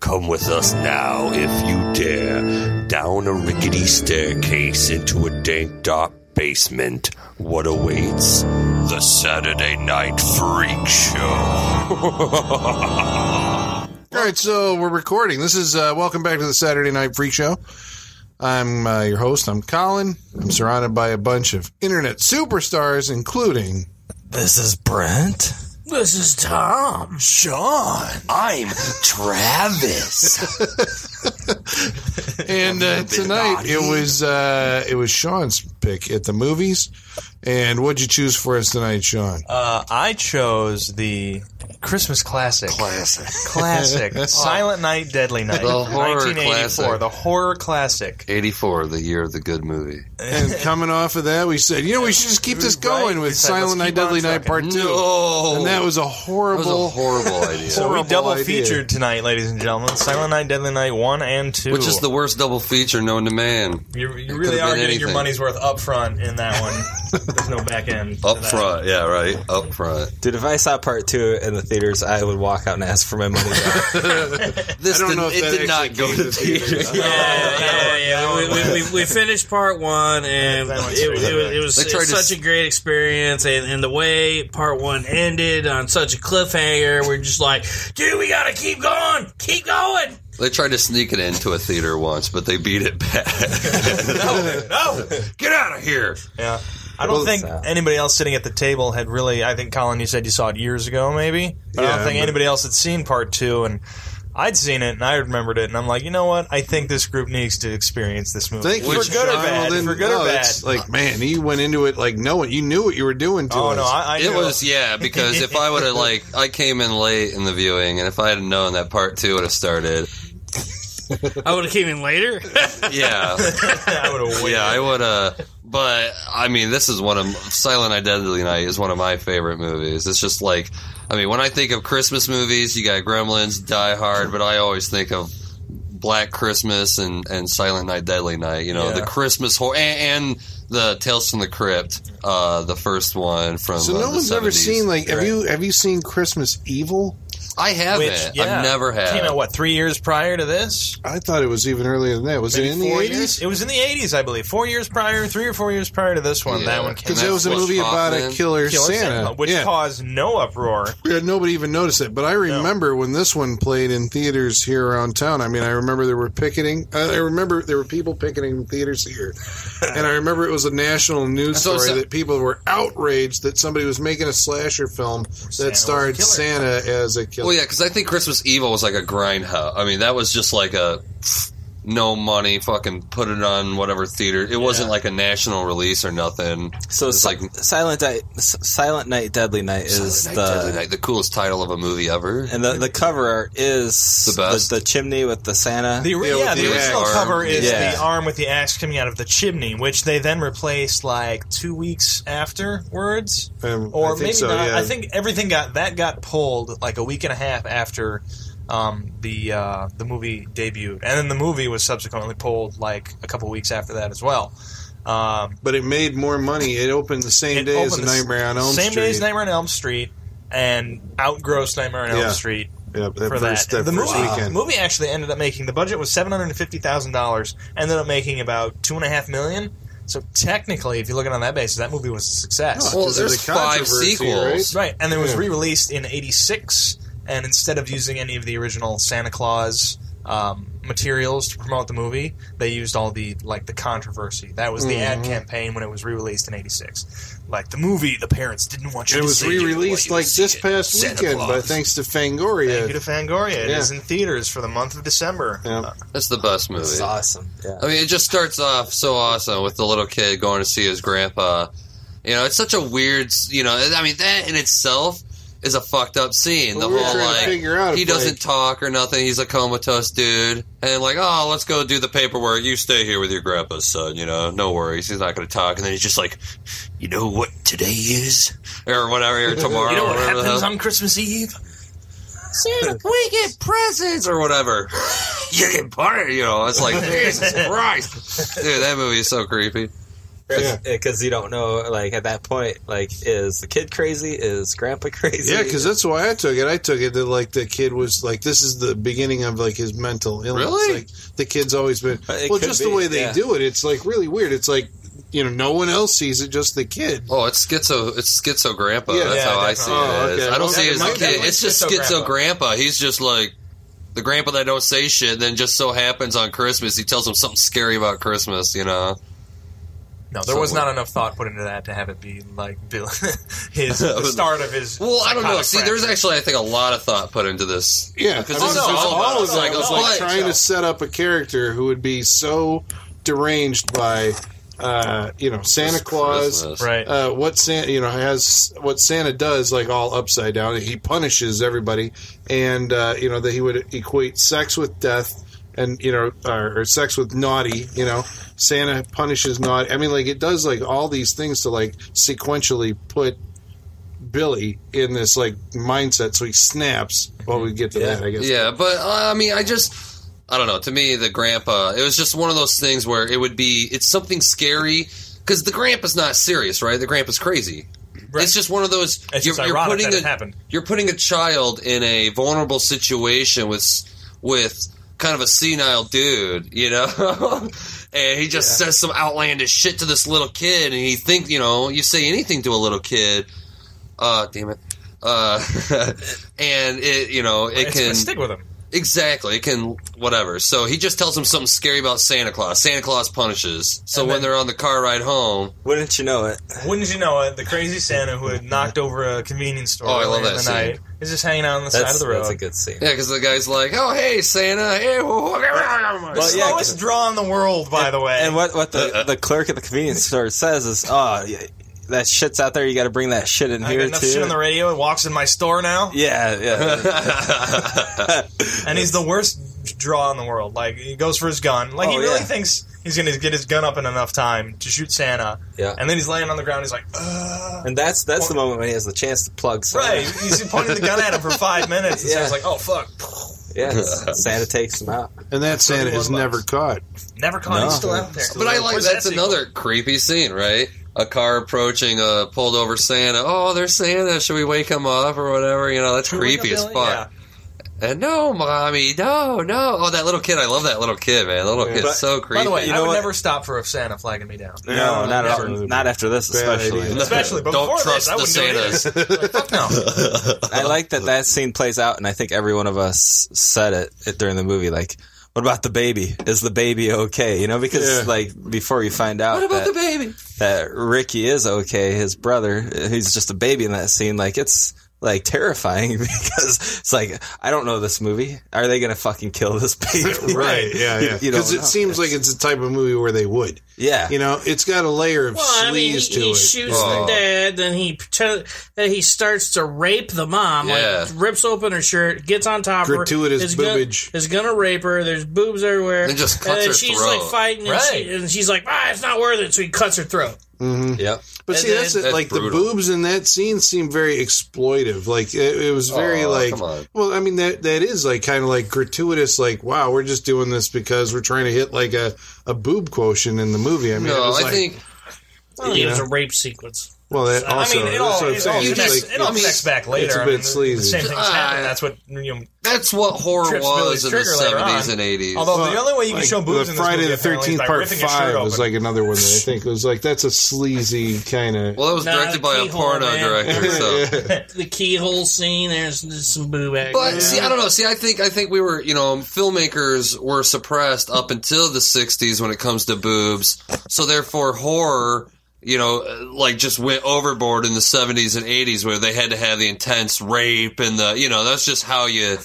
Come with us now, if you dare, down a rickety staircase into a dank, dark basement. What awaits? The Saturday Night Freak Show. All right, so we're recording. This is uh, welcome back to the Saturday Night Freak Show. I'm uh, your host. I'm Colin. I'm surrounded by a bunch of internet superstars, including this is Brent. This is Tom. Sean. I'm Travis. and uh, tonight it was uh, it was Sean's pick at the movies. And what'd you choose for us tonight, Sean? Uh, I chose the Christmas classic. Classic. Classic. Silent Night, Deadly Night. Oh. The horror 1984, classic. the horror classic. 84, the year of the good movie. and coming off of that, we said, you know, we should just keep this Right. going with We said, Silent let's Night, keep Deadly on Night Part No. Oh. Two. And that was a That was a horrible, horrible idea. So we horrible double idea. featured tonight, ladies and gentlemen. Silent Night, Deadly Night 1 and 2. Which is the worst double feature known to man. You, you it really could've are been getting your anything. money's worth up front in that one. There's no back end. to Up that. front, yeah, right. Up front. Dude, if I saw part two in the theaters, I would walk out and ask for my money back. This I don't did, know if that it actually did not go came to to theaters. Yeah, yeah, yeah. We, we, we, we finished part one, and That one's it, was- it was, it was They tried to s- such a great experience. And, and the way part one ended on such a cliffhanger, we're just like, dude, we gotta keep going, keep going. They tried to sneak it into a theater once, but they beat it back. No! Get out of here! Yeah. I don't think so. anybody else sitting at the table had really. I think Colin, you said you saw it years ago, maybe. But I Yeah, don't think but- anybody else had seen part two, and I'd seen it and I remembered it, and I'm like, you know what? I think this group needs to experience this movie Thank for you, good Sean. or bad. Well, then, for good no, or bad. it's Like, man, you went into it like knowing you knew what you were doing to oh us. no, I, I It knew. was yeah, because if I would have like I came in late in the viewing, and if I had known that part two would have started, I would have came in later. yeah, I would have waited. yeah, I would have. But I mean, this is one of Silent Identity Night is one of my favorite movies. It's just like, I mean, when I think of Christmas movies, you got Gremlins, Die Hard, but I always think of Black Christmas and, and Silent Night, Deadly Night. You know, Yeah. the Christmas horror and, and the Tales from the Crypt, uh, the first one from. so uh, no the one's ever 70s. seen like. Have Right. you have you seen Christmas Evil? I haven't. Which, yeah, I've never had. Came out what three years prior to this? I thought it was even earlier than that. Was Maybe it in the four eighties? years? It was in the eighties, I believe. Four years prior, three or four years prior to this one. Yeah. That one came Because And it out. was a that's movie Wes about a Hoffman. killer, Killer Santa. which yeah. caused no uproar. Yeah, nobody even noticed it. But I remember when this one played in theaters here around town. I mean, I remember there were picketing. Uh, I remember there were people picketing in theaters here, and I remember it was a national news That's what I'm story saying. that people were outraged that somebody was making a slasher film Santa that starred was a killer. Santa as a killer. Well, yeah, because I think Christmas Evil was like a grindhouse. I mean, that was just like a pff, no money, fucking put it on whatever theater. It wasn't like a national release or nothing. So It's it's like- like Silent Night, S- Silent Night, Deadly Night is Silent Night, Deadly the Night, the coolest title of a movie ever. and the, the cover art is The best. the, chimney with the Santa. The, ori- Yeah, with yeah, the the original axe. cover is Yeah. the arm with the axe coming out of the chimney, which they then replaced like two weeks afterwards, Um, I or think maybe so, not. yeah. I think everything got that got pulled like a week and a half after um, the uh, the movie debuted, and then the movie was subsequently pulled like a couple weeks after that as well. Um, but it made more money. It opened the same it day as opened the the s- Nightmare on Elm same Street. day as Nightmare on Elm Street, and outgrossed Nightmare on Elm Yeah. Street Yeah, that for first, that. that the first movie, weekend. movie actually ended up making the budget was seven hundred and fifty thousand dollars, ended up making about two and a half million. So technically, if you look at it on that basis, that movie was a success. Well, Because of there's the five controversy, sequels. right, and then it was Yeah. re-released in '86, and instead of using any of the original Santa Claus. Um, materials to promote the movie they used all the like the controversy that was the Mm-hmm. ad campaign when it was re-released in 86 like the movie the parents didn't want you It to was see re-released like this past weekend, but thanks to Fangoria. thank you to Fangoria it Yeah. is in theaters for the month of December Yeah. That's the best movie. It's awesome. Yeah. I mean, it just starts off so awesome with the little kid going to see his grandpa. You know, it's such a weird, you know, I mean, that in itself is a fucked up scene. Well, the we were whole, trying to like, figure out he if, doesn't like- talk or nothing. He's a comatose dude. And, like, oh, let's go do the paperwork. You stay here with your grandpa's son, you know, no worries. He's not going to talk. And then he's just like, you know what today is? Or whatever, or tomorrow. You know or Oh, what whatever the happens hell- on Christmas Eve? Santa, we get presents or whatever. you get part, you know. It's like Jesus Christ, dude. That movie is so creepy. because you don't know. Like at that point, like is the kid crazy? Is Grandpa crazy? Yeah, because that's why I took it. I took it that like the kid was like this is the beginning of like his mental illness. Really? Like the kid's always been It well, could just be, the way they yeah. do it. It's like really weird. It's like you know, no one else sees it, just the kid. Oh, it's schizo. It's schizo grandpa. Yeah, That's yeah, how I see definitely. it. Oh, okay. I don't Well, see it as that a might kid. be It's just schizo schizo grandpa. He's just like the grandpa that don't say shit. Then just so happens on Christmas, he tells him something scary about Christmas. You know. No, there was not enough thought put into that to have it be like Bill, his the start of his. Well, I don't know. psychotic See, there's practice. actually, I think, a lot of thought put into this. Yeah, because I mean, this is it's all, about- all of it's that like, was oh, like what? trying to set up a character who would be so deranged by, uh, you know, Santa Just Claus, Christmas. Right. Uh, what Santa, you know, has what Santa does, like all upside down. He punishes everybody, and uh, you know that he would equate sex with death, and you know, or, or sex with naughty. You know, Santa punishes naughty. I mean, like it does like all these things to like sequentially put. Billy in this like mindset, so he snaps. While we get to that, I guess. Yeah, but uh, I mean, I just I don't know. To me, the grandpa, it was just one of those things where it would be it's something scary because the grandpa's not serious, right? The grandpa's crazy. It's just one of those. It's just ironic that it a, happened. You're putting a child in a vulnerable situation with s- with kind of a senile dude, you know. and he just says some outlandish shit to this little kid, and he think you know you say anything to a little kid. Uh, damn it. Uh, and it you know it it's can gonna stick with him. Exactly. It can whatever. So he just tells him something scary about Santa Claus. Santa Claus punishes. So And when then- they're on the car ride home, Wouldn't you know it? Wouldn't you know it? The crazy Santa who had knocked over a convenience store Oh, I love earlier in that the scene. night is just hanging out on the side That's, of the road. that's a good scene. yeah, because the guy's like, "Oh, hey, Santa, hey, whoa, whoa, whoa." the Well, yeah, slowest draw in the world, by the way. And what what Uh, the the clerk at the convenience store says is, oh, yeah, that shit's out there. You got to bring that shit in I got here enough too. shit on the radio. It walks in my store now, yeah, yeah. and he's the worst draw in the world. Like he goes for his gun. Like he Oh, really yeah. thinks he's gonna get his gun up in enough time to shoot Santa. Yeah. And then he's laying on the ground. He's like, Ugh. and that's that's the moment when he has the chance to plug. Santa. right. He's pointing the gun at him for five minutes. And Yeah. Santa's like, oh fuck, Yeah, Santa takes him out. And that Santa is Bloodbox. never caught. never caught. No. He's still out there. But I like Where's that's that sequel? another creepy scene, right? A car approaching a pulled over Santa. Oh, there's Santa. Should we wake him up or whatever? You know, that's creepy as Billy? fuck. And no, mommy, no, no. Oh, that little kid. I love that little kid, man. That little kid's But- so creepy. By the way, You I know would what? never stop for a Santa flagging me down. No, not never. after, not after this, Bad especially. idea. Especially, but Don't before trust this, I the wouldn't do it either. Like, fuck no. I like that that scene plays out, and I think every one of us said it, it during the movie. Like, what about the baby? Is the baby okay? You know, because Yeah. like before you find out what about that, the baby? that Ricky is okay, his brother, who's just a baby in that scene, like it's like terrifying because it's like I don't know this movie. Are they gonna fucking kill this baby? Right, yeah, You- yeah. you don't Because it know. seems like it's the type of movie where they would. Yeah, You know, it's got a layer of Well, I mean, he, sleaze to he it. shoots Oh. the dad, then he pretend that he starts to rape the mom. Yeah. Like rips open her shirt, gets on top Gratuitous of her, is gonna- boobage. is gonna rape her. There's boobs everywhere, And just cuts then her she's throat. like fighting, and, Right. she, and she's like, "Ah, it's not worth it." So he cuts her throat. Yep. But see, that's, That's it. like brutal. the boobs in that scene seem very exploitive. Like it, it was very Aw, like, come on. well, I mean that that is like kind of like gratuitous. Like, wow, we're just doing this because we're trying to hit like a, a boob quotient in the movie. I mean, it No, was I like, think Well, it was a rape sequence. well, that also. I mean, it that's all, what I'm it all, saying. It's connects, like- it all it's- connects back later. a I bit mean, the- sleazy. The same things happen. Uh, That's what you know, That's what horror Trips was Billy's in the trigger later seventies on. and eighties. Although Well, the only way you can like, show boobs the in this Friday movie the Thirteenth apparently Part is by ripping his shirt Five open. was like another one that I think was like that's a sleazy kind of. well, that was Nah, directed by a keyhole, porno man. director. So, The keyhole scene. There's, there's some boob action. but see, I don't know. See, I think I think we were, you know, filmmakers were suppressed up until the '60s when it comes to boobs. So therefore, horror, you know, like just went overboard in the '70s and '80s where they had to have the intense rape and the, you know, that's just how you.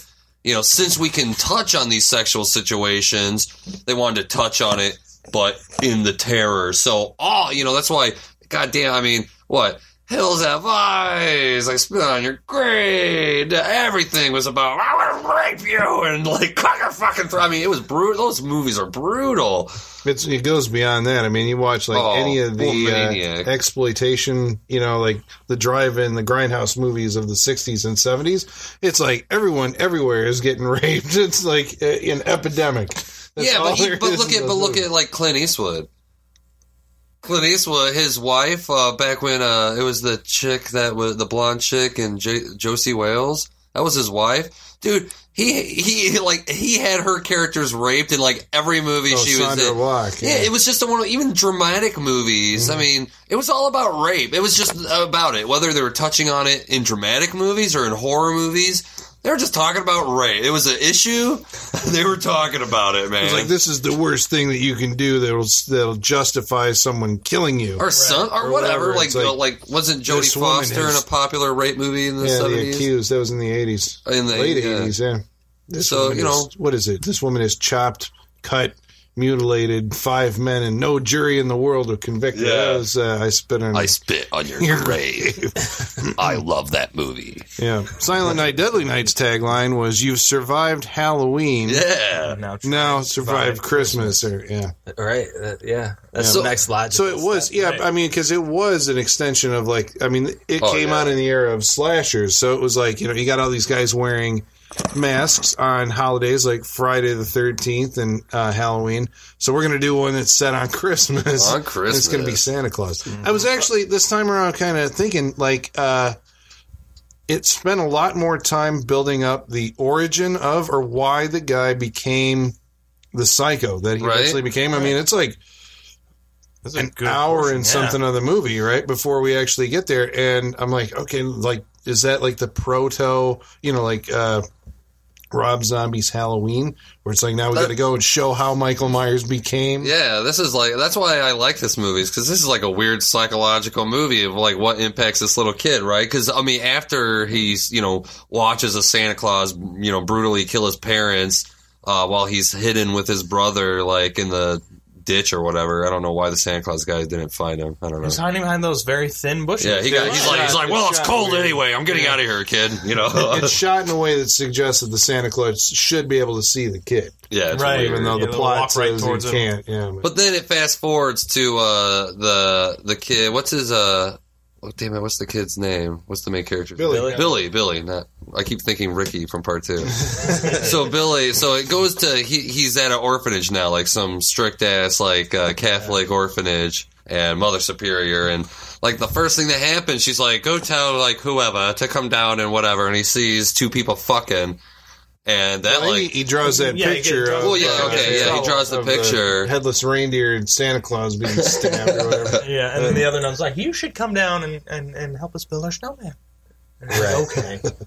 You know, since we can touch on these sexual situations, they wanted to touch on it, but in the terror. So, oh, you know, that's why, goddamn, I mean, what? Hills Have Eyes, I spit on your grade. Everything was about, I want to rape you and like cut your fucking throat. I mean, it was brutal. Those movies are brutal. It's, it goes beyond that. I mean, you watch like Oh, any of the Wolfmaniac. uh, exploitation, you know, like the drive-in, the grindhouse movies of the '60s and '70s. It's like everyone everywhere is getting raped. It's like uh, an epidemic. That's yeah, all but, he, there but is look in at, those but look movies. at like Clint Eastwood. Clint Eastwood, his wife, uh, back when uh, it was the chick that was the blonde chick and J- Josie Wales, that was his wife, dude. He he like he had her characters raped in like every movie Oh, she was Sandra in. Bullock, yeah. yeah. it was just a one of even dramatic movies. Mm-hmm. I mean, it was all about rape. It was just about it, whether they were touching on it in dramatic movies or in horror movies. They were just talking about rape. It was an issue. they were talking about it, man. It's like this is the worst thing that you can do that'll that'll justify someone killing you. or some or, Or whatever. whatever. Like, It's the- like, like, wasn't Jodie this woman Foster in is- a popular rape movie in the yeah, the seventies? accused. That was in the eighties, In the- late yeah. eighties. Yeah. This So, woman you know- is- what is it? This woman is chopped, cut, mutilated five men, and no jury in the world will convict her. Yeah. That was, uh, I spit on. I spit on your grave. I love that movie. yeah, Silent Night, Deadly Night's tagline was "You've survived Halloween, Yeah. now, now survive Christmas." Or yeah, Right. that- yeah. That's Yeah. the next logic. So it was, yeah. I mean, because it was an extension of like, I mean, it Oh, came yeah. out in the era of slashers. So it was like, you know, you got all these guys wearing masks on holidays like Friday the Thirteenth and uh, Halloween. So we're gonna do one that's set on Christmas. On And it's gonna be Christmas. Santa Claus. I was actually this time around kind of thinking like. uh it spent a lot more time building up the origin of or why the guy became the psycho that he Right. eventually became. I mean, it's like That's a an good hour portion, and yeah. something of the movie, right? Before we actually get there. And I'm like, okay, like, is that like the proto, you know, like, uh, Rob Zombie's Halloween, where it's like now we That- got to go and show how Michael Myers became. Yeah, this is like that's why I like this movie because this is like a weird psychological movie of like what impacts this little kid, right? Because I mean, after he's you know watches a Santa Claus you know brutally kill his parents uh, while he's hidden with his brother like in the ditch or whatever. I don't know why the Santa Claus guy didn't find him. I don't know. He's hiding behind those very thin bushes. Yeah, he got. He's like, he's like, well, it's Shot cold weird. anyway. I'm getting out of here, kid. You know. It's shot in a way that suggests that the Santa Claus should be able to see the kid, yeah, it's Right. weird. even though Yeah, the they'll plot walk right says towards he him. can't. Yeah, but But then it fast forwards to uh, the the kid. What's his uh? Oh damn it! What's the kid's name? What's the main character? Billy. Billy. Billy. Billy. Not. I keep thinking Ricky from part two. so Billy. So it goes to he. He's at an orphanage now, like some strict ass like uh, Catholic orphanage, and Mother Superior, and like the first thing that happens, she's like, "Go tell like whoever to come down and whatever," and he sees two people fucking, and that Well, like he, he draws that Yeah, he picture. draws- of, Well, yeah, uh, okay, yeah, he draws the of picture. headless reindeer and Santa Claus being stabbed or whatever. yeah, and then the other nun's like, you should come down and, and, and help us build our snowman. And he's like,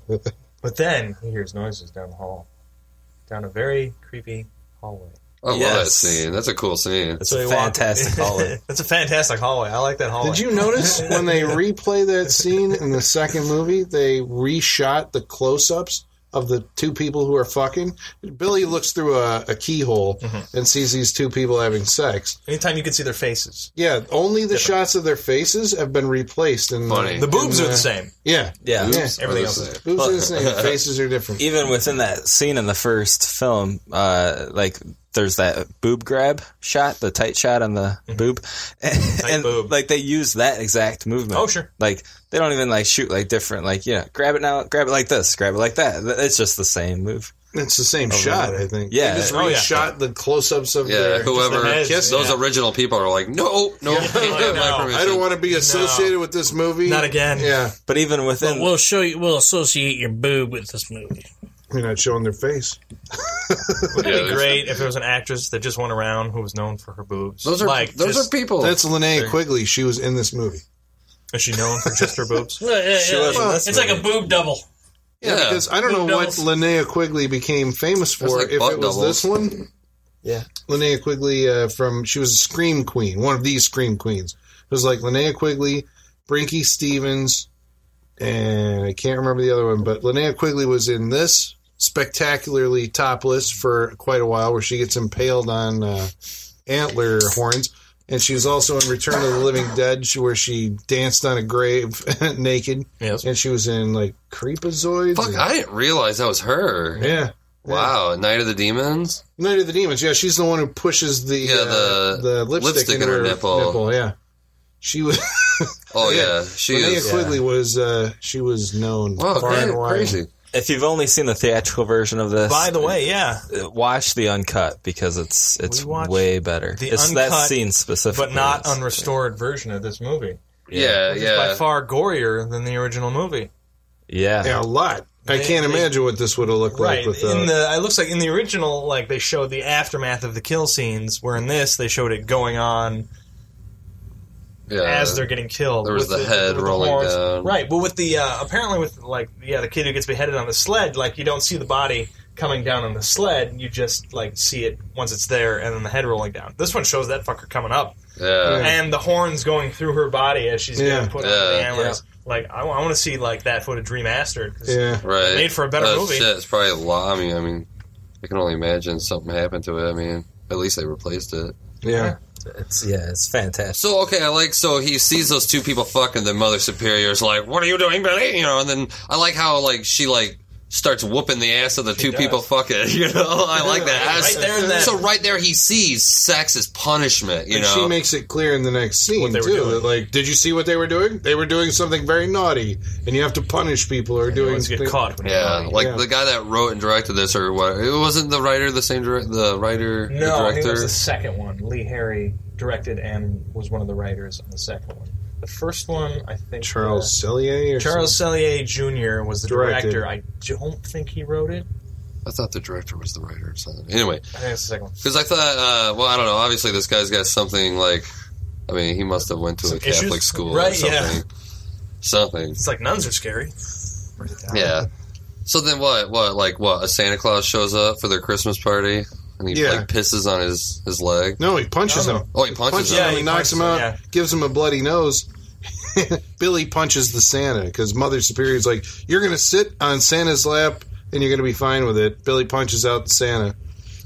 okay. but then he hears noises down the hall, down a very creepy hallway. I love that Yes. scene. That's a cool scene. It's So a he walked- fantastic hallway. That's a fantastic hallway. I like that Oh, hallway. Did you notice when they replay that scene in the second movie, they reshot the close ups of the two people who are fucking? Billy looks through a, a keyhole Mm-hmm. and sees these two people having sex. Anytime you can see their faces, Yeah, only the shots of their faces have been replaced. In Funny. The, the boobs And, are uh, the same. yeah. Yeah. Yeah. Everything What else was is it? Boobs are the same. Faces are different. even within that scene in the first film, uh, like there's that boob grab shot, the tight shot on the boob, and, Mm-hmm. boob. like they use that exact movement. Oh, sure. Like they don't even like shoot like different. Like yeah, grab it now, grab it like this, grab it like that. Th- It's just the same move. It's the same shot, I think. Yeah. They just Oh, yeah. reshot the close ups of Yeah, their whoever heads, those yeah. original people are like, no, no, I my know. permission. I don't want to be associated with this movie. Not again. Yeah, But even But within, we'll show you. We'll associate your boob with this movie. you're not showing their face. Would Yeah, it be there's- great if there was an actress that just went around who was known for her boobs? Those are like those just, are people. That's Linnea Sure. Quigley. She was in this movie. Is she known for just her boobs? Yeah, yeah, She yeah. was in this Uh, it's like a boob double. Yeah, Yeah. because I don't know Who what knows? Linnea Quigley became famous for. like if it butt was doubles. this one, Yeah. Linnea Quigley uh, from she was a scream queen, one of these scream queens. It was like Linnea Quigley, Brinky Stevens, and I can't remember the other one, but Linnea Quigley was in this spectacularly topless for quite a while, where she gets impaled on uh, antler horns. And she was also in Return of the Living Dead, she- where she danced on a grave naked. Yes. And she was in like Creepazoids. Fuck, and- I didn't realize that was her. yeah. Wow, Night of the Demons. Night of the Demons. Yeah, she's the one who pushes the Yeah, uh, the the lipstick, lipstick in in her her, nipple. nipple. Yeah, she was. Oh Yeah. yeah, she Linnea is. Quigley was. Uh, she was known Wow, far cra- and wide. crazy. If you've only seen the theatrical version of this, By the way, yeah. uh, watch the uncut because it's it's We watched way better. The it's uncut, that scene specifically, but not that's- unrestored version of this movie. Yeah, Which yeah. is by far gorier than the original movie. yeah. Yeah, a lot. I They- can't they- imagine what this would have looked like Right. with uh, in the. the it looks like in the original, like they showed the aftermath of the kill scenes, where in this they showed it going on yeah. as they're getting killed. Uh, there was with the head with rolling horns. down. Right, but with the uh, apparently with like yeah the kid who gets beheaded on the sled, like you don't see the body coming down on the sled. You just like see it once it's there, and then the head rolling down. This one shows that fucker coming up, yeah. and the horns going through her body as she's Yeah. getting put on the Yeah. cameras. Like I, want to see like that footage remastered. 'cause Yeah. Right. Made for a better Oh, movie. Shit, it's probably a lot. I mean, I mean, I can only imagine something happened to it. I mean, at least they replaced it. Yeah. It's yeah, it's fantastic. So okay, I like so he sees those two people fucking. The mother superior's like, "What are you doing, Billy?" You know, and then I like how like she like starts whooping the ass of the two does. people fucking. You know, I like that. Right there in that- so right there, he sees sex as punishment. You And know, she makes it clear in the next scene they were too doing. that like, did you see what they were doing? They were doing something very naughty, and you have to punish people who are You doing. always get thi- caught. When you're yeah, naughty. like Yeah. the guy that wrote and directed this, or what? It wasn't the writer, the same direct, the writer, No, the I think it director. was the second one. Lee Harry directed and was one of the writers on the second one. The first one, I think Charles Cellier. Or uh, Charles Cellier Jr. was the Directed. director. I don't think he wrote it. I thought the director was the writer. or something. Anyway, I think it's the second one. Because I thought, uh, well, I don't know. Obviously, this guy's got something like, I mean, he must have went to Some a Catholic issues? school or Right, something. yeah. Something. It's like nuns are scary. Yeah. So then what? What? Like what? A Santa Claus shows up for their Christmas party and he Yeah. like pisses on his his leg. No, he punches No. him. Oh, he punches Punches him. Yeah, him. he He knocks him out. punches him, Gives him a bloody nose. Billy punches the Santa because Mother Superior's like, "You're gonna sit on Santa's lap and you're gonna be fine with it." Billy punches out the Santa.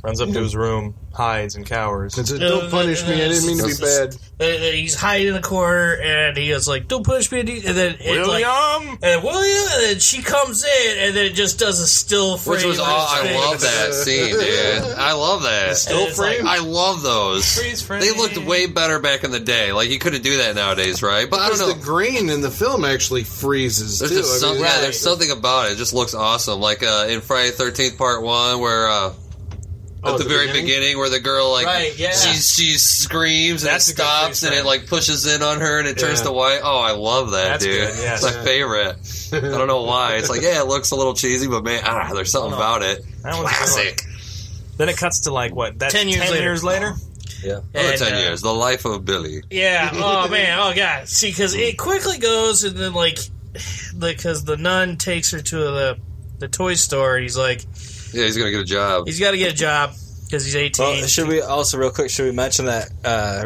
Runs up to his room, hides and cowers. And says, No, "Don't no, punish no, me. I didn't mean to be it's just- bad." Uh, uh, he's hiding in the corner, and he was like, "Don't push me!" And then it, like, William! and William, and then she comes in, and then it just does a still frame. Which was of all. his I face. love that scene, dude. I love that. And it's like, I love those. Freeze frame. They looked way better back in the day. Like you couldn't do that nowadays, right? But I don't Because know. the grain in the film actually freezes There's too. just I some, mean, yeah, there's something about it. It just looks awesome. Like uh, in Friday Thirteenth Part One, where uh, Oh, at the, very beginning? where the girl like Right, yeah. she she screams and That's it a good stops freeze and it frame. like pushes in on her and it turns Yeah. to white. Oh, I love that, That's dude. good, yes. It's my favorite. I don't know why. It's like yeah, it looks a little cheesy, but man, ah, there's something Oh, no. about it. That one's a good one. Classic. Then it cuts to like what? That's 10 years later. Another and, ten uh, years. The life of Billy. Yeah. Oh man. Oh god. See, because it quickly goes, and then like, because the nun takes her to the the toy store. He's like, Yeah, he's gonna get a job. he's got to get a job because he's eighteen. Well, should we also real quick? Should we mention that uh,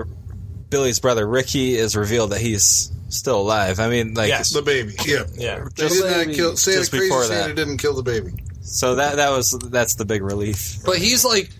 Billy's brother Ricky is revealed that he's still alive? I mean, like, Yes. The baby, yeah. Yeah. They did not maybe kill Santa. just crazy before Santa that. didn't kill the baby. so that that was that's the big relief. But he's like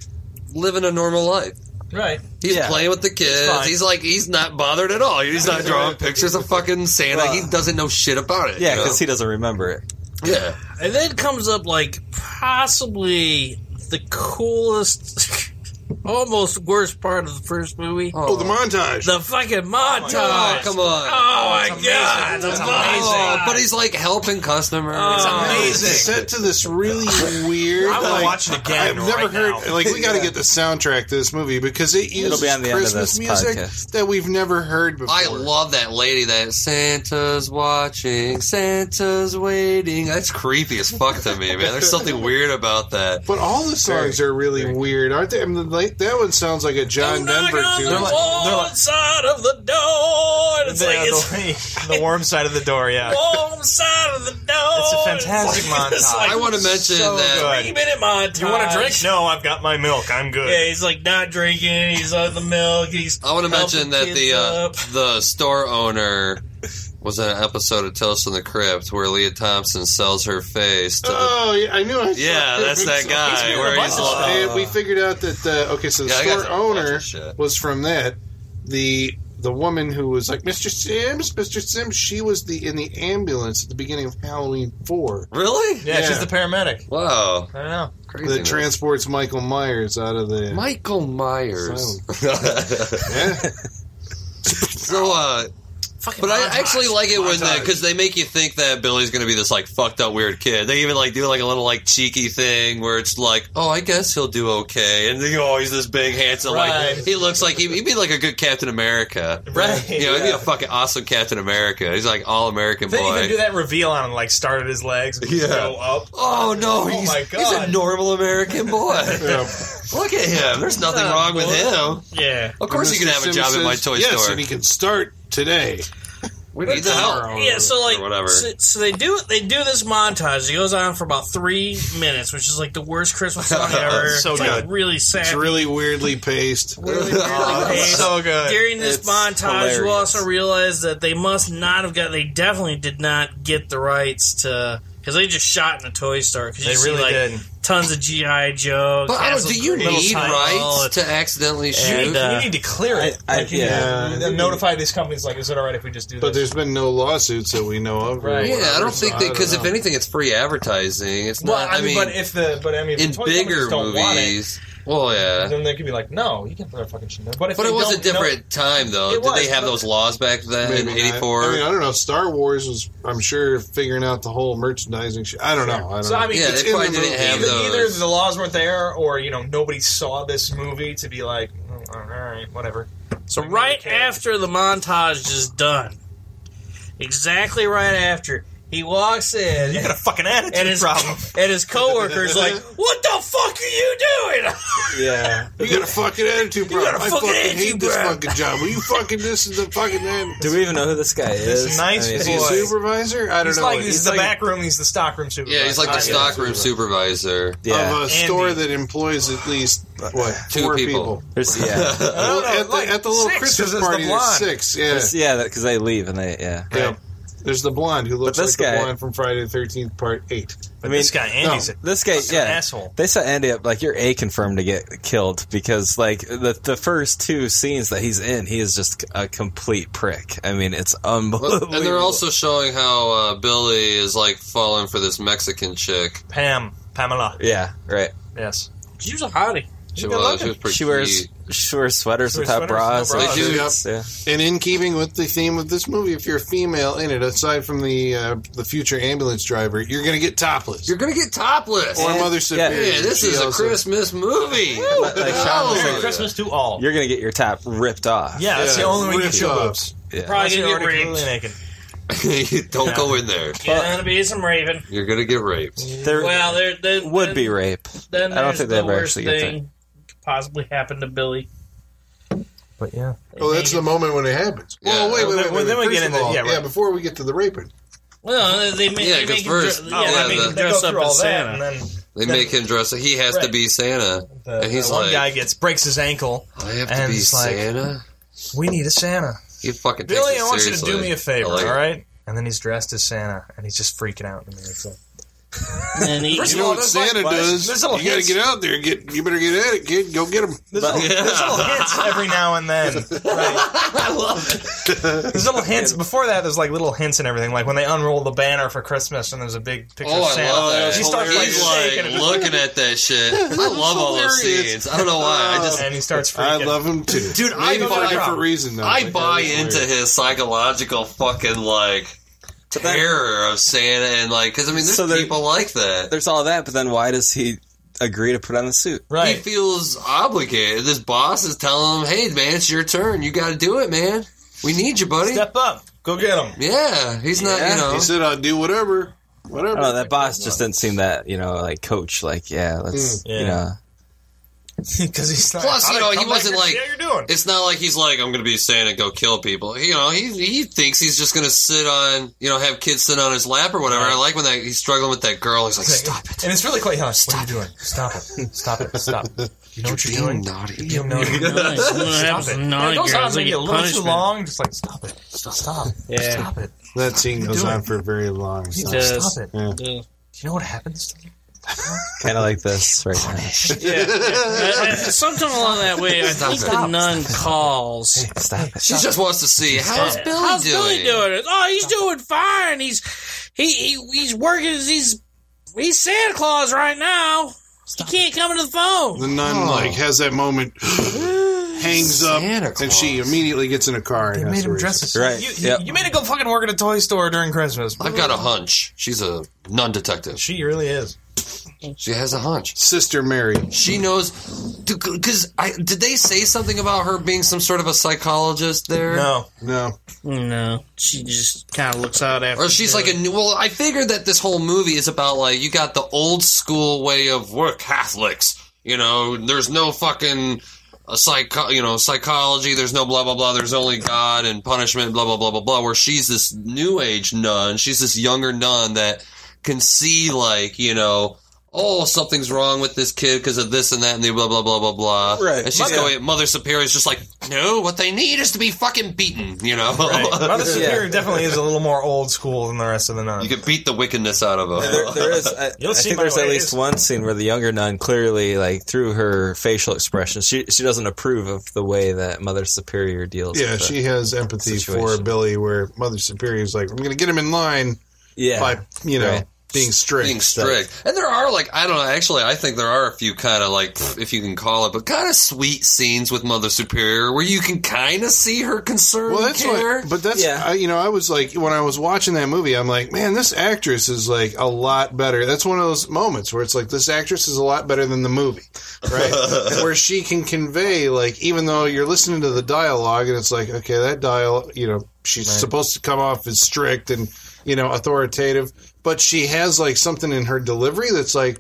living a normal life. Right. He's Yeah. playing with the kids. fine. He's like, he's not bothered at all. He's not drawing pictures of fucking Santa. Well, he doesn't know shit about it. Yeah, you know? because he doesn't remember it. yeah, And then comes up like possibly the coolest, almost worst part of the first movie. Oh, the montage. The fucking montage. Oh, come on. Oh, my Ah, god. The Oh, montage. but he's like helping customers. It's set to this really weird. I'm gonna like, watch it again I've never right heard. now. Like we got to get the soundtrack to this movie because it uses be on the end of Christmas this music podcast. that we've never heard before. I love that lady that Santa's watching, Santa's waiting. That's creepy as fuck to me, man. There's something weird about that. But all the songs are really weird, aren't they? I mean, like, that one sounds like a John Knock Denver on tune. the wall they're like- side of the door. And it's like it's the, the warm side of the door, yeah. warm side of the door. It's a fantastic It's like- it's montage. like I want to mention so that. good. three minute montage. You want a drink? Uh, No, I've got my milk. I'm good. Yeah, he's like not drinking. He's on the milk. He's. I want to helping mention that kids the uh, up. the store owner was in an episode of Tales from the Crypt where Leah Thompson sells her face to the Oh, yeah, I knew. I Yeah, that's that guy. wearing a where he's mustache. like, uh, And we figured out that the okay, so the Yeah, I got store to watch owner this shit. was from that. The the woman who was like Mr. Sims, Mr. Sims, she was the in the ambulance at the beginning of Halloween Four really? Yeah, Yeah. she's the paramedic. Wow, I don't know. crazy. that transports Michael Myers out of the. Michael Myers. Yeah. so, uh, fucking. But montage. I actually like it when Montage. because they make you think that Billy's going to be this like fucked up weird kid. They even like do like a little like cheeky thing where it's like, oh, I guess he'll do okay, and then you oh, he's this big handsome Right. like he looks like he, he'd be like a good Captain America, Right, You know, he'd be yeah. a fucking awesome Captain America. He's like all American They even do boy. that reveal on him, like started his legs, and Yeah. go up. Oh no, Oh he's, my he's God. a normal American boy. Look at him. There's nothing wrong with him. Yeah. Of course, he can have a job at my toy yes, store. and he can start today. we need the help. Yeah, so like, or whatever. So, so they do they do this montage. It goes on for about three minutes, which is like the worst Christmas song ever. So it's like good. really sad. It's really weirdly paced. Really weird pace. so good. During this It's montage, you hilarious. also realize that they must not have got. They definitely did not get the rights to because they just shot in a toy store. Cause They you really see, like, did. Tons of GI Joe. But I don't, Castle do you Grayskull, need Tiny Hall, rights to accidentally You shoot? need, And, uh, you need to clear it. I- I- Like, you yeah. need to notify these companies. Like, is it all right if we just do But this? there's been no lawsuits that we know of. or Right. yeah, I whatever, don't so think that because don't if know. anything, it's free advertising. It's uh, well, not. I mean, but if the but I mean, if in the toy bigger companies don't want it, movies, well, yeah. then they could be like, no, you can't put that fucking shit in there. But if But they it was a don't know- different time, though. It Did was, they have but- those laws back then in Maybe not. '84? I mean, I don't know. Star Wars was, I'm sure, figuring out the whole merchandising. Sh- I don't know. I don't So, I know. mean, yeah, it's they in probably the didn't movie. have either, either those. the laws weren't there, or you know, nobody saw this movie to be like, oh, all right, whatever. So right after the montage is done, exactly right after, he walks in You got a fucking attitude and his problem. and his coworkers like, "What the fuck are you doing?" Yeah. you got a fucking attitude problem. got a I fucking fucking attitude hate this problem. fucking job. Will you fucking this is the fucking man? Do we even know who this guy is? nice I mean, Is he a boy. supervisor? I don't He's know. like, this is he's the like back room. He's the stock room supervisor. Yeah, he's like the stockroom supervisor. yeah. uh, of a store Andy. that employs at least what Two four people. There's, I yeah. don't know, at, the, like at the little six, 'cause Christmas it's the party, there's blonde. six. Yeah, There's- yeah, because they leave and they, yeah. yeah. There's the blonde who looks this like the guy- blonde from Friday the Thirteenth Part Eight. I mean, this guy Andy's. no. a- This guy, Fucking yeah, asshole. They set Andy up like you're a confirmed to get killed because like the the first two scenes that he's in, he is just a complete prick. I mean, it's unbelievable. And they're also showing how uh, Billy is like falling for this Mexican chick. Pam, Pamela. yeah, right. Yes. She was a hottie. She Good was, looking. she was pretty She wears cute. she wears sweaters She wears sweaters, without bras. no and bras. shirts, Yep. yeah. And in keeping with the theme of this movie, if you're a female in it, aside from the uh, the future ambulance driver, you're going to get topless. You're gonna get topless. or yeah, Mother Superior. this She is a also- Christmas movie. Like Sean was Oh, Merry yeah. saying, Christmas to all. You're gonna get your top ripped off. yeah, that's Yeah, the only way you ripped can show up. boobs. Yeah. Probably Unless gonna you're get already raped. completely naked. Don't go in there. Yeah, gonna be some raping. You're gonna get raped. There Well, there, there would then- be rape. Then I don't there's think the they ever worst actually get thing could possibly happened to Billy. But yeah. Well, Oh, that's the moment when it happens. Well, Yeah. wait, wait, Well, wait. then- wait, then we First get of into- all, yeah, yeah, right. Well, we get to the raping. Well, they make, Yeah, they 'cause make first- him, oh, dre- yeah, yeah, they make him the- dress up as Santa. and then They make him dress. He has to Right. be Santa, the, and he's the one like, guy gets breaks his ankle. "I have to and be he's like, Santa." We need a Santa. He fucking takes Billy, it I want you to seriously. do me a favor, I like it. all right? And then he's dressed as Santa, and he's just freaking out. I mean, it's like, And he, First You of know all, what there's like- Santa does? there's You little got to hints. get out there. and Get you better get at it, kid. Go get him. But- there's little hints every now and then. Right? I love it. There's little hints. Before that, there's like little hints and everything. Like when they unroll the banner for Christmas, and there's a big picture Oh, of I Santa. love that. He starts like, He's shaking like it. looking at that shit. I love all those hilarious. scenes. I don't know why. I just and he starts freaking. I love him too, Dude, I Maybe for buy- a different reason Oh, though. I Like, buy that's into weird. his psychological fucking like that- terror of Santa and like because I mean there's So there- people like that. There's all that, but then why does he agree to put on the suit? He right. feels obligated. This boss is telling him, "Hey, man, it's your turn. You got to do it, man. We need you, buddy." Step up. Go get him. yeah, he's not. Yeah. You know, He said, "I'll do whatever, I whatever." don't know. Oh, That boss just didn't seem that you know like coach. Like yeah, let's Hmm. Yeah. you know. Because he's not. Plus, you "All right, know, he come back here wasn't and like- See how you're doing. it's not like he's like, "I'm going to be Santa, go kill people." You know, he he thinks he's just going to sit on, you know, have kids sit on his lap or whatever. I like when that he's struggling with that girl. He's like, "Stop it." And it's really quite harsh. Stop what are you doing? Stop it. Stop it. Stop. You know what you're doing? naughty. You know what you're doing. Nice. I'm gonna Stop have it. some Yeah, it naughty goes on girls. I maybe a get little too punishment. long. Just like stop it. Stop. Stop. Yeah. Stop it. That scene goes doing? on for very long. It's It not- does. Stop it. Yeah. Yeah. Do you know what happens? kind of like this right now. Uh, uh, something along that way. I think the nun calls. Stop it. She just wants to see how's Billy How's doing. Billy doing? Oh, he's doing fine. He's he, he he's working. as- He's he's Santa Claus right now. He can't come to the phone. Oh. The nun like has that moment. hangs up, and she immediately gets in a car. and has made to him race dress it. as You, you made her go fucking work at a toy store during Christmas. I've got a hunch. She's a nun detective. She really is. She has a hunch. Sister Mary. She knows. Because I did they say something about her being some sort of a psychologist there? No. No. No. She just kind of looks out after. Or she's like a new. Well, I figured that this whole movie is about like you got the old school way of we're Catholics. You know, there's no fucking uh psycho. You know, psychology. There's no blah blah blah. There's only God and punishment. Blah blah blah blah blah. Where she's this new age nun. She's this younger nun that can see like you know. Oh, something's wrong with this kid because of this and that and the blah blah blah blah blah. Right. And she's Mother- going. Mother Superior's just like, no. What they need is to be fucking beaten. You know. Mother Superior Yeah. definitely is a little more old school than the rest of the nuns. You could beat the wickedness out of them. There, there is. I, You'll I see think my there's at ways. least one scene where the younger nun clearly, like through her facial expression, she she doesn't approve of the way that Mother Superior deals. Yeah, with she it. has empathy for Situation. Billy, where Mother Superior's like, "I'm going to get him in line yeah. by you know Right. being strict." being strict. And there are like I don't know. Actually, I think there are a few kind of like pff, if you can call it, but kind of sweet scenes with Mother Superior where you can kind of see her concern. Well, that's and care. what, but that's Yeah. I, you know, I was like when I was watching that movie, I'm like, man, this actress is like a lot better. That's one of those moments where it's like this actress is a lot better than the movie, right? where she can convey like even though you're listening to the dialogue and it's like, okay, that dial, you know, she's supposed to come off as strict and you know authoritative, but she has like something in her delivery that's like,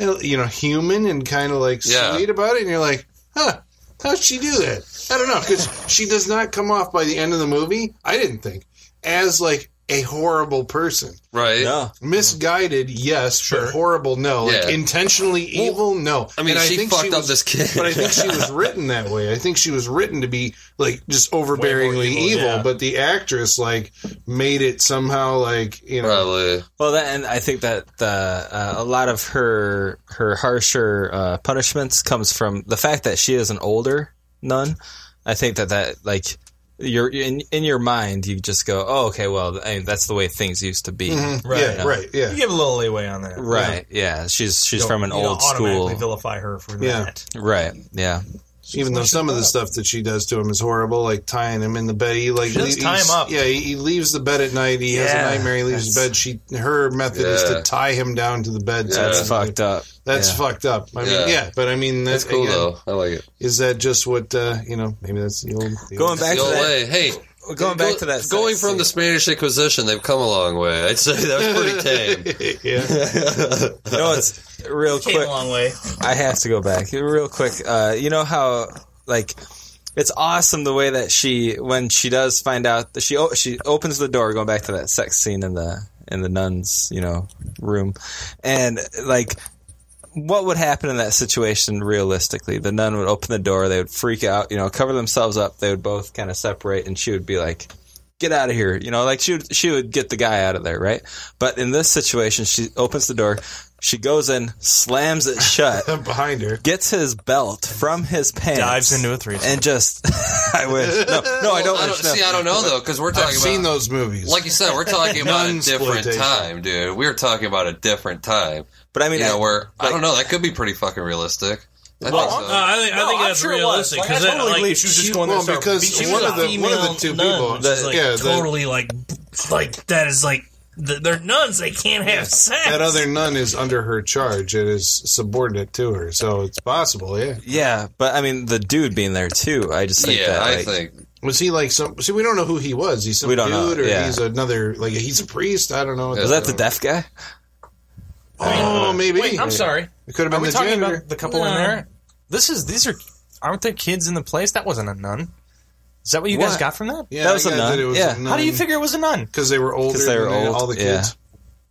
uh, you know, human and kind of like Yeah. sweet about it, and you're like, huh. How'd she do that? I don't know because she does not come off by the end of the movie. I didn't think as like a horrible person, right? No. misguided, yes, but horrible, no, Yeah. like intentionally evil, no. I mean, And she fucked up was- this kid. but I think she was written that way. I think she was written to be like just overbearingly evil, evil, yeah. but the actress like made it somehow like you know. Probably. Well, that, and I think that the uh, a lot of her her harsher uh, punishments comes from the fact that she is an older nun. I think that that like you're in in your mind you just go, oh, okay, well, I mean, that's the way things used to be, Right. Mm-hmm. yeah, right, yeah. You give a little leeway on that. right? Yeah, she's she's You don't- from an you don't old automatically school, vilify her for Yeah. that. right? Yeah, Even though some of the stuff that she does to him is horrible, like tying him in the bed, he like She does leaves- tie him up. Yeah, he, he leaves the bed at night. He has a Yeah, nightmare. He leaves the bed. She her method is Yeah. to tie him down to the bed. so Yeah. that's it's- fucked up. That's yeah. fucked up. I Yeah. mean, yeah, but I mean, That's that's cool cool again, though. I like it. Is that just what uh, you know? Maybe that's the old. The Going old- back The to old that, way. Hey, going back go- to that, Going sex from the scene. Spanish Inquisition, they've come a long way. I'd say that was pretty yeah, tame. no, it's real Came quick. a long way. I have to go back real quick. Uh, you know how like it's awesome the way that she when she does find out that she o- she opens the door going back to that sex scene in the in the nuns you know room and like what would happen in that situation realistically the nun would open the door they would freak out you know cover themselves up they would both kind of separate and she would be like get out of here you know like she would she would get the guy out of there right but in this situation she opens the door she goes in slams it shut behind her. gets his belt from his pants, Dives into a threesome. and just. I wish. No, no, I don't. I don't, wish, no. see, I don't know though because we're talking I've about seen those movies. like you said, we're talking about a different Non-exploitation. time, dude. We were talking about a different time. But I mean, you I- know, where I don't know, that could be pretty fucking realistic. I Well, think so. uh, I think, I No, think I'm that's sure it was. realistic Like, I because totally like, believe she was just going there well, to start because beating one up. of the one of the two people, that, like, yeah, that, totally like like that is like th- they're nuns. They can't have sex. that other nun is under her charge and is subordinate to her, so it's possible. Yeah, yeah, but I mean, the dude being there too. I just think yeah, that. I like, think was he like some? See, we don't know who he was. He's some We don't know, dude, or yeah. he's another like he's a priest. I don't know. Was that the deaf guy? Oh, maybe. Wait, I'm sorry. It could have Are been we the talking janitor. about the couple in No. there? This is these are aren't there kids in the place? That wasn't a nun. Is that what you guys What? got from that? yeah, that was I a got nun. It was Yeah. a nun. How do you figure it was a nun? Because they were older. 'Cause they were than old, All the yeah. kids.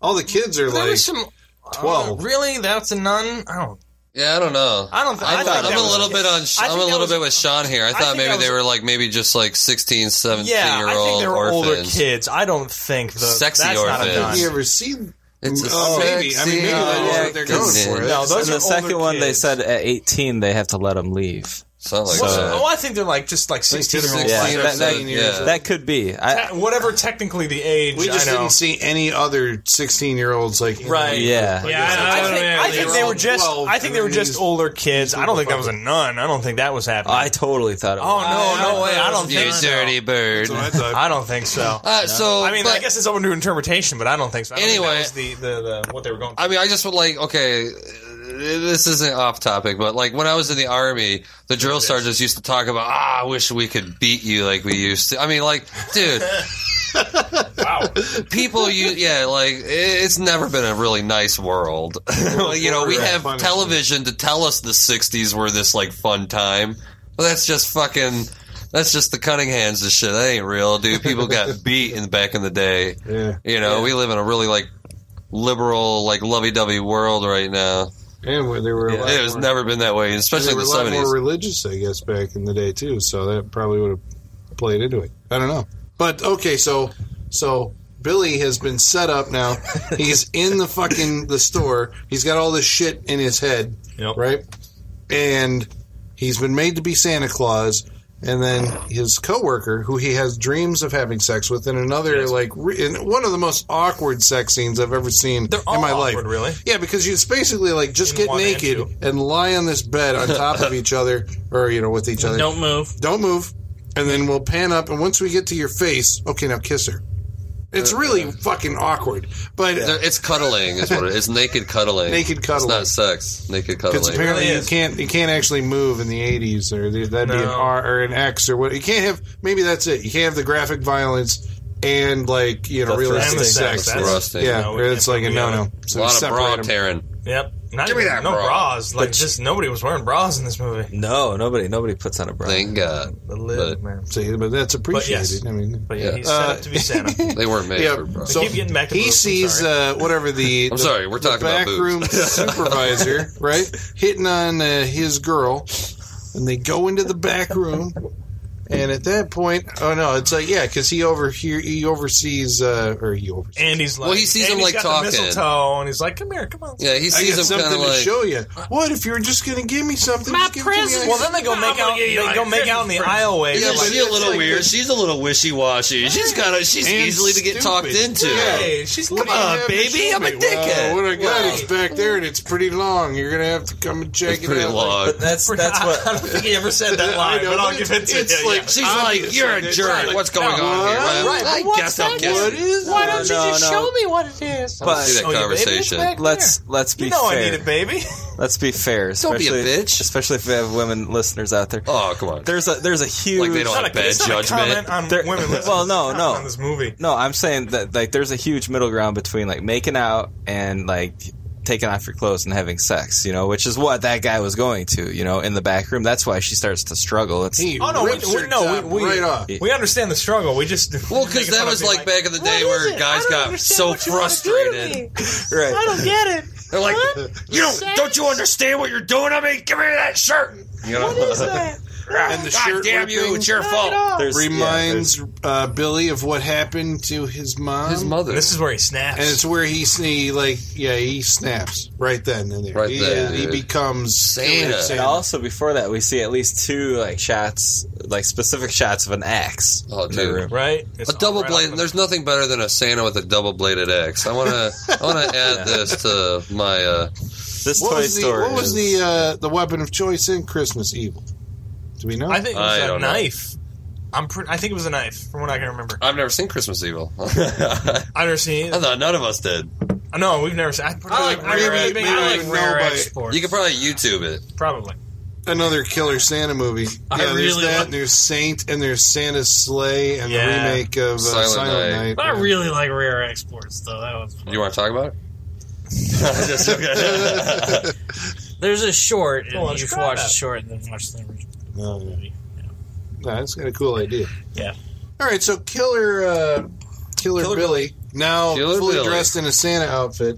All the kids are There like was some. twelve. Uh, really? That's a nun? I don't. Yeah, I don't know. I don't. Th- I I'm, thought I'm that a was- little bit on. I I'm think that a little was- bit with Sean here. I, think that thought maybe was- they were like maybe just like 16, 17 Yeah, year I think old they were older orphans. kids. I don't think the Sexy that's orphans. Not Have a you nun. ever seen? It's a oh, maybe. I mean, maybe that is sexy yeah, what they're going kid. for. No, That's- those And are the second older one, they kids. said at eighteen they have to let him leave. Something like Well, that. so- oh, I think they're like just like sixteen or older. yeah, that, that- years old. that could be. I, Te- whatever technically the age. We just I know. didn't see any other sixteen-year-olds like in Right. yeah. Yeah, I, I don't think, know. I think they were just. 12, I think they were and just these- older kids. I don't think that was a nun. I don't think that was happening. I totally thought it oh was. no, no I- way. I don't You think. dirty bird. the- So I thought- I don't think so. Uh, so, I mean, I but- guess it's open to interpretation, but I don't think so. I don't think Anyway. that was the, the, the what they were going. For. I mean, I just would like, okay, uh, this isn't off topic, but like when I was in the army, the drill sergeants used to talk about, ah, I wish we could beat you like we used to. I mean, like, dude. People, you, yeah, like, i- it's never been a really nice world. Like, you know, we Correct. have Punishment. television to tell us the 60s were this, like, fun time. Well, that's just fucking. That's just the Cunninghams and shit. That ain't real, dude. People got beat in back in the day. Yeah. You know, we live in a really like liberal, like lovey-dovey world right now. and where they were. a lot It has more- never been that way, they especially in were the a lot seventies. more religious, I guess, back in the day too. So that probably would have played into it. I don't know. But okay, so so Billy has been set up now. He's in the fucking the store. He's got all this shit in his head, Yep. right? And he's been made to be Santa Claus. And then his coworker, who he has dreams of having sex with, in another like re- in one of the most awkward sex scenes I've ever seen They're all in my awkward, life. really. Yeah, because it's basically like just In get one and naked two. and, lie on this bed on top of each other, or you know, with each other. Don't move. Don't move, and then we'll pan up, and once we get to your face, okay, now kiss her. It's Uh, really fucking awkward, but It's cuddling, is what it is. It's naked cuddling. Naked cuddling. It's not sex. Naked because cuddling. apparently really you is. can't you can't actually move in the eighties, or the- that'd be an No. R or an X or what. You can't have maybe that's it. You can't have the graphic violence and like you know The realistic thrusting. sex. That's- Thrusting. Yeah, no, we it's can't like a do no that. no. a lot of bra tearing. Yep. Not Give me even- that no bra. bras. Like just nobody was wearing bras in this movie. No, nobody nobody puts on a bra. Thank God. The lid, man. See, but that's appreciated. I mean, But Yeah. yeah, he's set up to be Santa. They weren't made Yeah, for bra. so keep getting back to he boobs, I'm sees sorry. uh, whatever the I'm the- sorry, we're the talking about boobs. backroom supervisor right hitting on uh, his girl, and they go into the back room, and at that point, oh no, it's like yeah, because he over here he oversees uh, or he oversees. and he's like, Well, he sees and he's him, like, got talking. The mistletoe, and he's like, "Come here, come on." yeah, he I got sees him kind something of to like. show you. What if you were just going to give me something? My just give it to me. presents. Well, then they go I'm make gonna out. give They you, like, go make out in the Christmas aisleway. Yeah, They're like, she's a little like weird. this- She's a little wishy-washy. She's kind of she's And easily to get talked stupid. into. Yeah. Hey, she's What come do you on. have to baby, show I'm a me? dickhead. Wow, what I got Wow. is back there, and it's pretty long. You're gonna have to come and check It's it pretty out. long. But that's that's I what don't think he ever said that I line, know, but I'll but give it to it's you. like- yeah. She's Obviously, like, "You're a they- jerk. right. What's going on here?" What? Well, Right, I but what's guess I'll that kiss got- What it. is? Why that? don't you No, just no. show me what it is? But- See Oh, that you baby, it's conversation. back let's let's be You know fair. I need a baby. Let's be fair. Don't be a especially- bitch. Especially if we have women listeners out there. oh, come on. There's a there's a huge Like they don't have Not a- bad it's not a judgment. comment on There- women. listening. Well, no, It's not no. On this movie. No, I'm saying that like there's a huge middle ground between like making out and like taking off your clothes and having sex, you know, which is what that guy was going to, you know, in the back room. That's why she starts to struggle. It's He Oh, no, we- rips we- her no, we- top we- right off. We understand the struggle. We just Well, because that was like, back in the day where guys got so frustrated. right. I don't get it. They're like, What? "You don't, Sex? don't you understand what you're doing to me? Give me that shirt." You know? What is that? And the God shirt damn you! ripping It's your Knock it fault. off. There's- yeah, reminds uh, Billy of what happened to his mom. mother. This is where he snaps. And it's where he, sn- he like yeah he snaps right then and there. Right he, then, he dude. becomes Santa. And also before that, we see at least two like shots, like specific shots of an axe. Oh, in the dude. room. right? It's a double all right blade. off the- There's nothing better than a Santa with a double bladed axe. I want to. I want to add this to my. Uh, This What Toy was the Story. what was is- the uh, the weapon of choice in Christmas Evil? Do we know? I think it I was a don't know. knife. I'm pre- I think it was a knife, from what I can remember. I've never seen Christmas Evil. I I've never seen it. thought none of us did. No, we've never seen. I, I like I rare, really I, think- maybe I like even rare nobody- exports. You could probably YouTube it. probably. Another killer Santa movie. I yeah, there's really that. like- and there's Saint and there's Santa's Sleigh and Yeah. the remake of uh, Silent Silent, Night. Night. I really like rare exports, though. That was You want to talk about it? Just- okay. There's a short, and Well, let's you try watch that. the short and then watch the original No, no, movie. no, that's got a cool idea. Yeah. All right, so killer uh, killer, Billy now Killer fully Billy. dressed in a Santa outfit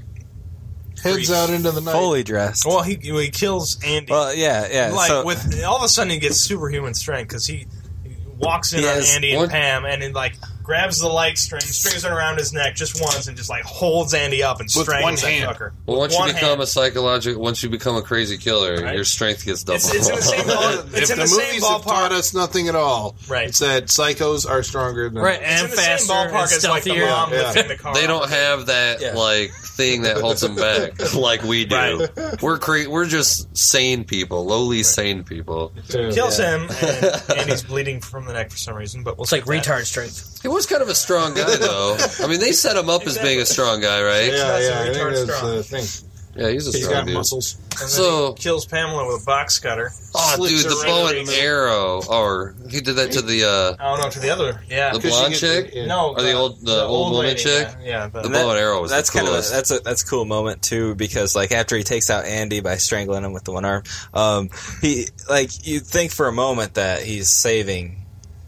heads Freaks. out into the night. fully dressed? Well, he he kills Andy. Well, yeah, yeah. like so, with all of a sudden he gets superhuman strength because he, he walks in He on has Andy and one- Pam and then like grabs the light string, strings it around his neck just once, and just like holds Andy up and With one strangles hand. that fucker. Well, With once you one become a psychological, once you become a crazy killer, your strength gets doubled. It's- it's in the same ballpark. if It's in the, the same movies have ballpark. taught us nothing at all, Right. it's that psychos are stronger than Right, It's and in the same faster ballpark and as like the stealthier. mom Yeah. lifting the car. they up. don't have that like thing that holds them back like we do. We're cre- we're just sane people, lowly sane people. kills him, and Andy's bleeding from the neck for some reason. But we'll It's like skip that. retard strength. He was kind of a strong guy though. I mean, they set him up as being a strong guy, right? Yeah, Yeah, That's yeah, I a think retard that's strong. the thing. he's a He's strong got dude. muscles. And then he So- kills Pamela with a box cutter. Oh, Slits dude, the her bow right and in the- arrow, or he did that to the uh, Oh no, to the other. Yeah. the 'Cause she blonde gets- chick. yeah. no, Or the old- the old woman lady, chick? Yeah. yeah, the- The bow and arrow was that's the kind of a, coolest. that's a that's a cool moment too because like after he takes out Andy by strangling him with the one arm, um, he like you think for a moment that he's saving.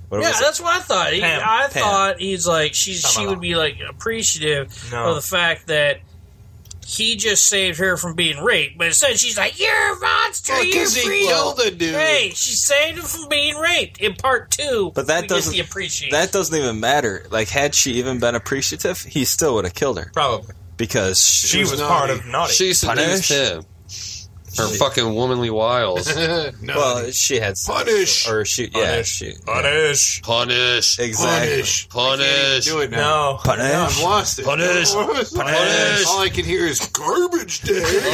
What Yeah, was it? that's what I thought. He, Pam, I Pam. thought he's like she she Pamela. would be like appreciative No. Oh, of the fact that he just saved her from being raped, but instead she's like, "You're a monster. you're Because he free." killed a dude. Hey, she saved him from being raped in part two. But that we doesn't- get the appreciation. that doesn't even matter. Like had she even been appreciative, he still would have killed her probably. because She, she, was, was part naughty. of naughty. She Punished? seduced him. Her fucking womanly wiles. no. well she had Punish. or she yeah she Punish. Punish. exactly punish. Punish. Do it now. No. I've punish. lost it. Punish. Punish. All I can hear is garbage day.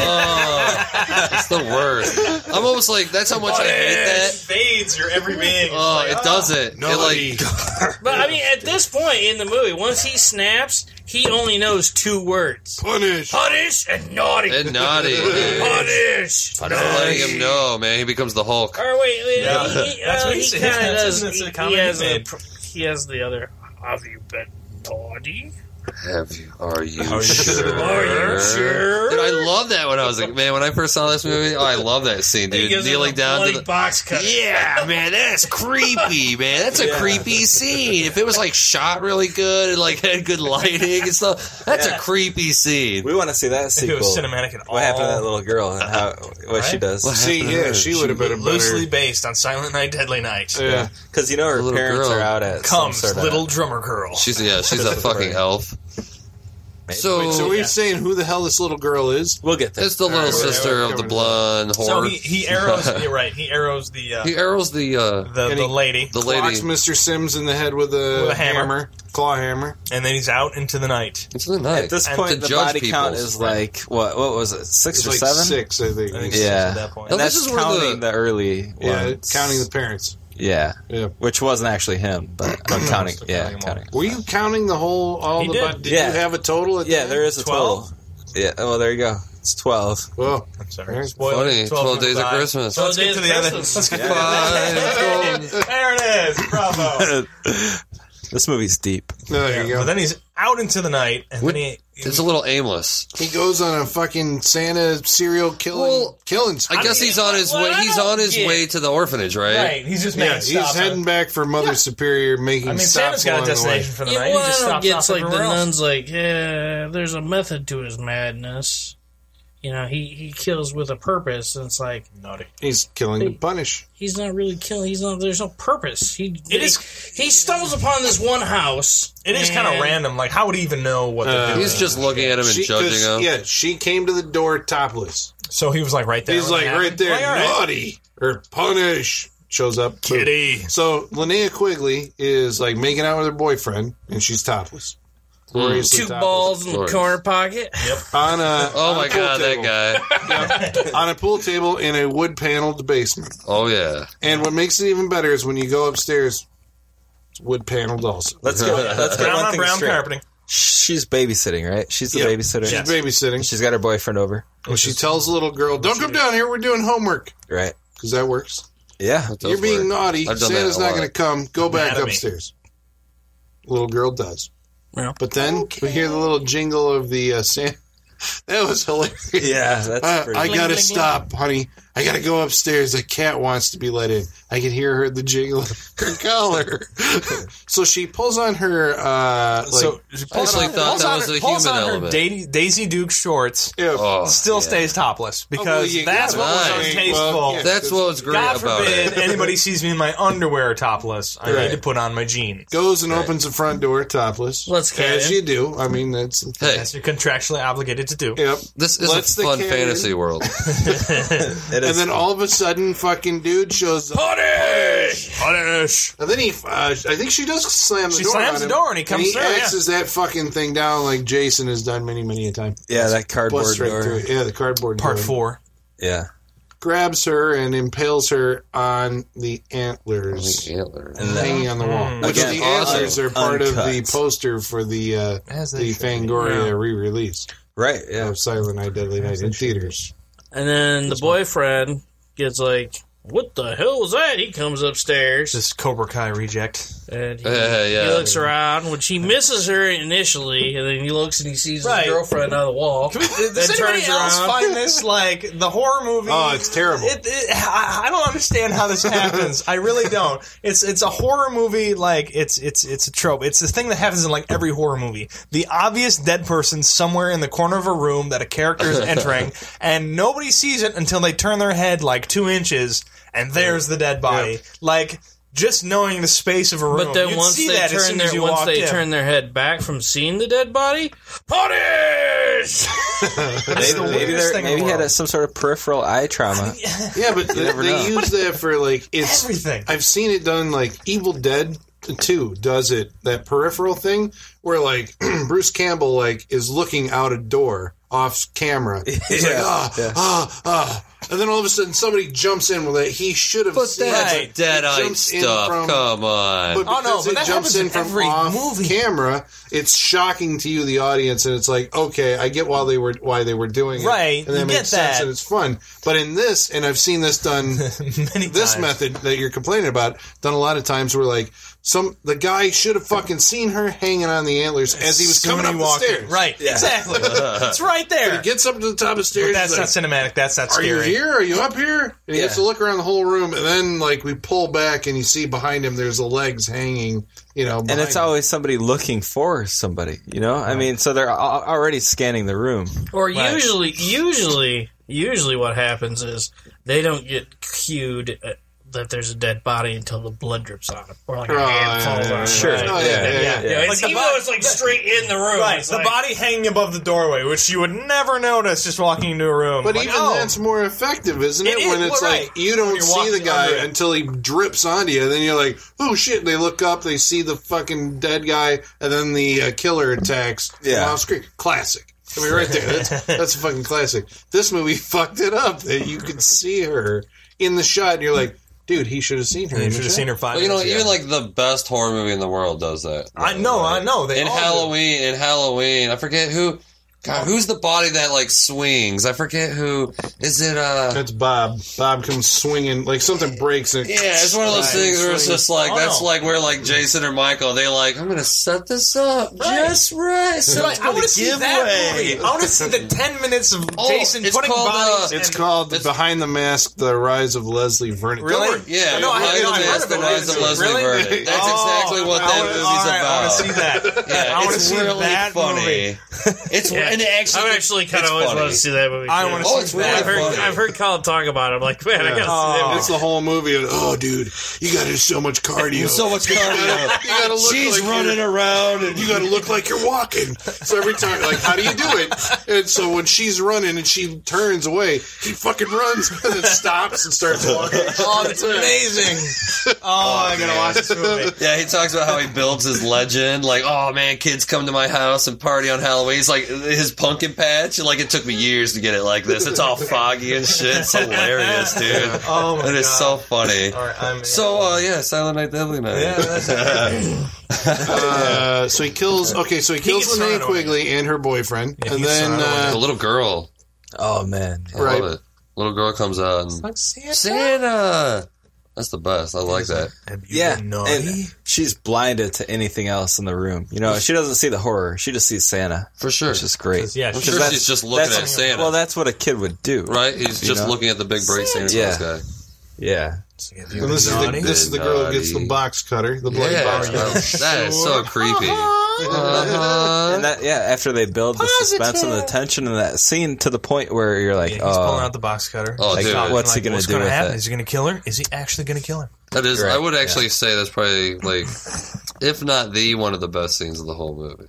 Oh, it's the worst. I'm almost like that's how much I hate It that. fades your every being. Oh, it doesn't. No, It like but I mean, at this point in the movie, once he snaps, he only knows two words: punish. punish and naughty. and naughty. dude. punish. I'm letting him know, man. He becomes the Hulk. Or wait, wait, Yeah. he, he, That's uh, what he he said. kind of That's- does. isn't it He, the he, comment has he the, made? pr- he has the other. Have you been naughty? Have you? Are you Oh, sure? Are you sure? Dude, I love that when I was like, man, when I first saw this movie, oh, I love that scene, He dude. gives him Kneeling a down to bloody the. box cut. Yeah, man, that's creepy, man. That's a creepy scene. If it was like shot really good and like had good lighting and stuff, that's a creepy scene. We want to see that If ah. it sequel. was cinematic at all. What happened to that little girl and how what she does? See, yeah, she would have been a Loosely better. based on Silent Night, Deadly Night. Yeah. Because you know her little parents girl. are out at some Comes sort of- little drummer girl. She's yeah, she's a fucking elf. Maybe. So, Wait, so we're saying who the hell this little girl is? We'll get there. it's the little Alright, we're- sister we're of the coming. blonde whore. so he, he arrows. you're right. He arrows the uh, He arrows the uh, the, and he- the lady, the lady. Locks Mr. Sims in the head with a, With a hammer. claw hammer. and then he's out into the night. It's the night. At this And point, to the judge body count people's- is like what? What was it? Six It's or like seven? six, I think. I think it's six Yeah, at that point. and Now, that's this is where counting the- the, early yeah, ones. counting the parents. yeah, Yeah. which wasn't actually him, but I'm counting. Still Yeah, counting them all. counting. Were you counting the whole all He the did. bu- did Yeah. you have a total at Yeah, the there end? is a 12? twelve. Yeah, well, there you go. It's twelve. Well, I'm sorry. Very Spoiler, funny. 12, days of Five. Christmas. Let's get to the other. Let's get to the Five, other. There it is. Bravo. this movie's deep. there you go. But then he's out into the night, and then he. It's a little aimless. he goes on a fucking Santa serial killing Well, killing. spree. I guess mean, he's on his what way. I He's don't on his get- way to the orphanage, right? Right, he's just making yeah, he's stops. heading back for Mother Superior, making I mean, stops Santa's got a along the way. destination for the Yeah, night. well, he just I don't stops get off it's like the everywhere else. nun's like, yeah, there's a method to his madness. You know, he, he kills with a purpose, and it's like Naughty. He's killing to punish. he's not really killing. He's not. There's no purpose. He It is- he, he stumbles upon this one house. It is kind of random. Like, how would he even know what they're Uh, doing? He's just looking at him and She, 'cause, judging him. yeah, she came to the door topless. So he was like right there. He's when it like happened. right there, Like, all right. naughty or punish. Shows up, boom. Kitty. So Linnea Quigley is like making out with her boyfriend, and she's topless, Hmm. gloriously Two topless. balls in the Glorious. corner pocket. on a Oh on a my pool god, table. that guy. on a pool table in a wood paneled basement. Oh yeah. And what makes it even better is when you go upstairs, it's wood paneled also. Let's go. Let's get Brown one on thing brown straight. carpeting. She's babysitting, right? She's the Yeah. babysitter. She's babysitting. She's got her boyfriend over, And she tells the little girl, "Don't come down here. We're doing homework." right? Because that works. Yeah. It does You're being work. naughty. I've done that Santa's a not lot. going to come. Go back Mad at me. upstairs. Little girl does. Yeah. But then we hear the little jingle of the uh, Santa. That was hilarious. Yeah, that's Uh, pretty. I Bling, gotta bling, stop, honey. I gotta go upstairs. The cat wants to be let in. I can hear her the jingle of her collar. so she pulls on her. Uh, like, so actually thought that was a pulls human on her element. Daisy, Daisy Duke shorts. Oh, still yeah. stays topless because Oh, you that's gotta- what Right. was untasteful. Well, yeah. That's what was great God about forbid it. anybody sees me in my underwear topless. I Right. need to put on my jeans. goes and opens the front door topless. Let's get as in. you do. I mean, that's Hey, As you're contractually obligated to do. yep. this is Lets a the fun cat fantasy in. world. It And is. then all of a sudden, fucking dude shows up. Punish. And then he, uh, I think she does slam the She door. on slams the him, door and he comes and he through, yeah. axes that fucking thing down like Jason has done many, many a time. yeah, that Busts cardboard straight through door. it. Yeah, the cardboard Part door. four. Yeah, grabs her and impales her on the antlers Antlers. hanging on the wall. Mm. Which Again, the also antlers are part of the uncut. poster for the uh, As they the should be. Fangoria Yeah. re-release right. Yeah, of Silent Night, Deadly Night in theaters. And then the boyfriend gets like, "What the hell was that?" He comes upstairs This Cobra Kai reject. and he, Yeah, yeah. he looks around, which he misses her initially, and then he looks and he sees Right. his girlfriend on the wall. Does Then anybody turns else around. find this like the horror movie? Oh, it's terrible. It, it, I, I don't understand how this happens. I really don't. It's it's a horror movie. Like it's it's it's a trope. It's the thing that happens in like every horror movie. The obvious dead person somewhere in the corner of a room that a character is entering, and nobody sees it until they turn their head like two inches, and there's the dead body. Like just knowing the space of a room. But then You'd once see they that as turn soon as their you once walked they in. turn their head back from seeing the dead body, punish. It's the maybe, maybe, weirdest they're- thing in maybe the he had world. a, some sort of peripheral eye trauma. yeah, but they, never they know. use that for like it's. everything. I've seen it done like Evil Dead Two does it that peripheral thing where like Bruce Campbell like is looking out a door off camera. He's like Yeah, ah yeah. ah ah, and then all of a sudden somebody jumps in with it. He should have. But seen that's it. dead It eye jumps in stuff. from- Come on. But Oh, no, because but it that jumps happens in in from every off movie. camera, it's shocking to you, the audience, and it's like, okay, I get why they were why they were doing it, Right, And that you makes get sense, that. and it's fun. But in this, and I've seen this done Many this times. method that you're complaining about done a lot of times where like some the guy should have fucking seen her hanging on the antlers as he was Soon coming up he the walked in. stairs. Right, exactly. it's right there. Gets up to the top of the But stairs. that's he's not like, cinematic. That's not Are scary. you here? Are you up here? And he Yeah. has to look around the whole room, and then like we pull back, and you see behind him there's the legs hanging. You know, and behind it's him. always somebody looking for somebody. You know, I mean, so they're al- already scanning the room. Or Right. usually, usually, usually, what happens is they don't get cued uh that there's a dead body until the blood drips on them, or like a Oh, hand yeah, falls yeah, on. yeah. it. Sure. Right. Oh, yeah, yeah, yeah. Yeah, Yeah. it's Like the even bo- though it's like straight in the room. Right, it's the like- body hanging above the doorway, which you would never notice just walking into a room. But Like, even oh, that's more effective, isn't it? It is, when it's well, like right. you don't When you're see the walking guy under it. until he drips onto you, then you're like, "Oh shit!" They look up, they see the fucking dead guy, and then the uh, killer attacks. from Yeah. off screen. Classic. I mean, right there. That's that's a fucking classic. This movie fucked it up that you could see her in the shot, and you're like, "Dude, he should have seen her." you in the should have shot." seen her five. Well, you know, minutes ago. even like the best horror movie in the world does that. I know, I know. They in all do. Halloween, in Halloween, I forget who. God, who's the body that like swings? I forget who. Is it? uh That's Bob. Bob comes swinging like something breaks and Yeah, it's one of those Right, things where it's swings. just like Oh, that's no. like where like Jason or Michael they like I'm gonna set this up just right. So Right, it's I gonna want to see give that way. movie. I want to see the ten minutes of Oh, Jason it's putting called, bodies. uh, It's in- called Behind the Mask: The Rise of Leslie Vernon. Really? Don't worry. Yeah, No, I Behind haven't- the I've heard Mask, of The it. Rise of Leslie Really? Vernon. That's Oh, exactly what I that wanna- movie's all right, about. I want to see that. Yeah, I want to it's see really that funny. movie. It's Yeah. and it actually, I've actually kind it's of always funny. wanted to see that movie. I too. wanna Oh, it's see really that. I've heard funny. I've heard Colin talk about it. I'm like, man, I gotta see that. Oh. movie. That's the whole movie. Oh, dude, you got to do so much cardio. so much you cardio. got to look She's like you're- running around and You got to look like you're walking. So every time, like, how do you do it? And so when she's running and she turns away, he fucking runs and then stops and starts walking. Oh, it's amazing. Oh, I'm gonna watch this movie. Yeah, he talks about how he builds his legend. Like, oh man, kids come to my house and party on Halloween. It's like his pumpkin patch. Like, it took me years to get it like this. It's all foggy and shit. It's hilarious, dude. Oh my It god. is so funny. All right, I'm So, uh, yeah, Silent Night, Deadly Night. Yeah, that's- Uh, so he kills. Okay, so he kills gets Linnea thrown away. Quigley and her boyfriend, Yeah, he and gets then thrown away. the uh, little girl. Oh man, I Right. love it. Little girl comes out and Santa. Santa. That's the best. I like that. yeah, and she's blinded to anything else in the room. You know, she doesn't see the horror; she just sees Santa for sure. Which is great. yeah, I'm sure that's- she's just looking that's- at Santa. Well, that's what a kid would do, Right? He's You just know? looking at the big break Santa Yeah. Claus guy. Yeah. And this, is the, this is the girl who gets the box cutter, the bloody Yeah, box bro. cutter. that is so creepy. Uh-huh. and that, yeah, after they build the suspense and the tension in that scene to the point where you're like, he's oh, pulling out the box cutter. Oh, Like, dude. what's he gonna what's do gonna with happen? it? Is he going to kill her? Is he actually going to kill her? That is. I Right, would actually say that's probably like, if not the one of the best scenes of the whole movie.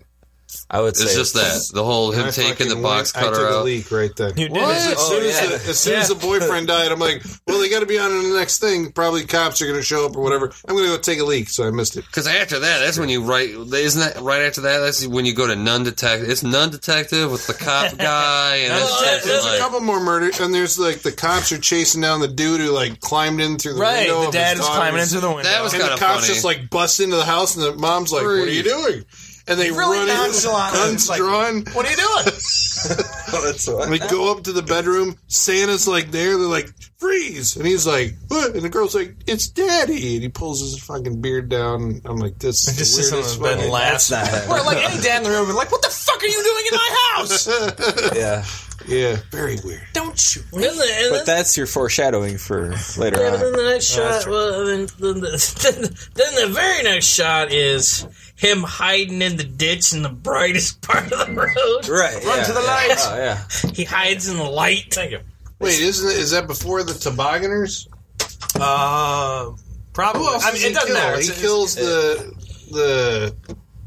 I would It's say- just that the whole him I taking the fucking box went- I cutter took a out. leak right then. You did. What? As Oh, soon, yeah. as, the, as soon as the Yeah. boyfriend died, I'm like, well, they got to be on to the next thing. Probably cops are going to show up or whatever. I'm going to go take a leak, so I missed it. Because after that, that's when you write. Isn't that right after that? That's when you go to nun detective. It's nun detective with the cop guy, and it's Well, just there's a like- couple more murders, and there's like the cops are chasing down the dude who like climbed in through the Right, window. the of dad his is daughter's- climbing in through the window. That was and the kinda cops funny. just like bust into the house, and the mom's like, "What are you doing?" And they Really run in, nonchalant. guns It's like, drawn. What are you doing? And they go up to the bedroom. Santa's like there. They're like, "Freeze!" And he's like, "What?" And the girl's like, "It's Daddy." And he pulls his fucking beard down. I'm like, "This is just the sits on weirdest the bed and fucking- laughs. That's not- Or, like, any dad in the room would be like, "What the fuck are you doing in my house?" yeah. Yeah, very weird. Don't shoot me. And then, and But then, that's your foreshadowing for later yeah, but then on. the next Oh, that's shot, well, then, then, the, then the very next shot is him hiding in the ditch in the brightest part of the road. Right. Run yeah, to the yeah. light. Oh, yeah. He hides in the light. Thank you. Wait, isn't it, is that before the tobogganers? Uh, probably. Who else I does he mean, it doesn't kill? matter. He It's- kills the the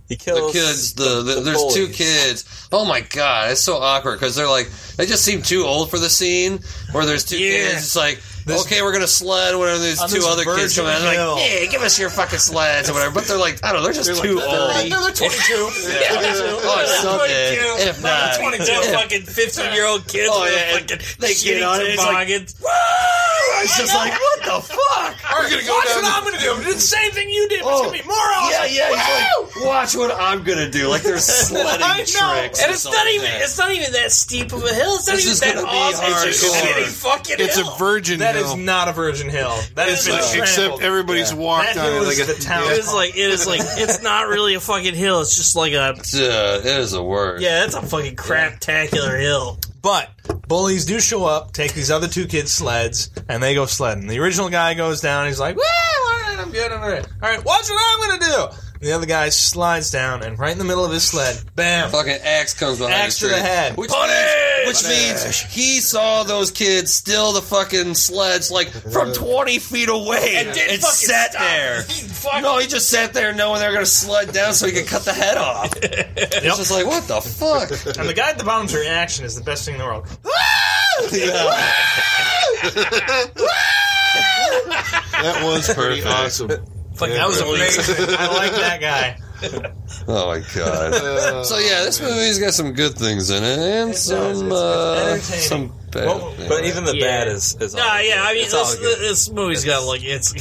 He the kills kids. The, the, the there's two bullies. kids. Oh my god, it's so awkward because they're like they just seem too old for the scene. Where there's two kids, it's like okay, we're gonna sled. Whatever. There's On two this other kids virgin coming out. They're hill. like, hey, give us your fucking sleds or whatever. But they're like, I don't know, they're just They're like too 30. old. No, they're 22. Yeah. Oh, it's something. If not, Twenty-two fucking fifteen-year-old kids. Oh, with yeah, and fucking they get skinny on it, like- toboggans. it's just like what the fuck. All right, gonna go watch down what the- I'm going to do. I'm gonna do the same thing you did. but It's going to be more Oh, awesome. Yeah, yeah. He's like, watch what I'm gonna do. Like there's sledding I know. tricks. And it's something not like even that. it's not even that steep of a hill. It's not This is even that gonna be awesome. It's just a hardcore. shitty fucking it's hill. a virgin. That is hill. not a Virgin Hill. That has been Except trampled. everybody's walked That on it hill like is a the town. it is like it is like it's not really a fucking hill. It's just like a Dude, uh, it is a word. yeah. That's a fucking craptacular hill. But bullies do show up, take these other two kids' sleds, and they go sledding. The original guy goes down. He's like, "Well, all right, I'm good, I'm all right. All right, watch what I'm gonna do." And the other guy slides down, and right in the middle of his sled, bam! Fucking axe comes behind Axe the to tree. the head. Which Punish! means, which means he saw those kids steal the fucking sleds like from 20 feet away and, didn't fucking sat stop. there. He fucking- No, he just sat there knowing they were going to sled down so he could cut the head off. It's just like, what the fuck? And the guy at the bottom's reaction is the best thing in the world. Yeah. that was pretty awesome. Fuck, that was amazing. I like that guy. Oh my god. Uh, So yeah, this movie's got some good things in it and it's- some it's uh, entertaining. some bad. Well, things. But even the Yeah. bad is is. all Nah, yeah. I mean, It's all this, good. this movie's got like it's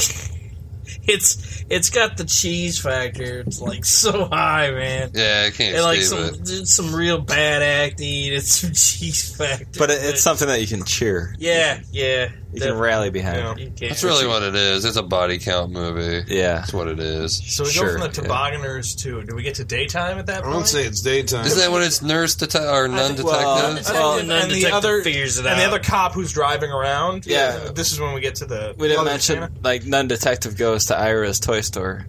it's it's got the cheese factor. It's like so high, man. yeah, I can't And like escape some some real bad acting and some cheese factor. But it, it's something that you can cheer. yeah, yeah. You can rally behind. You it. can't- That's really what it is. It's a body count movie. Yeah. That's what it is. So we Sure, go from the yeah. tobogganers to do we get to daytime at that I point? won't say it's daytime. Uh-huh. Isn't that when it's nurse dete- or nun detective? think- well, That's Well, how the nun and the detective other- figures it and the out. other cop who's driving around. Yeah. This is when we get to the. We didn't Mother mention Santa. like nun detective goes to Ira's toy store.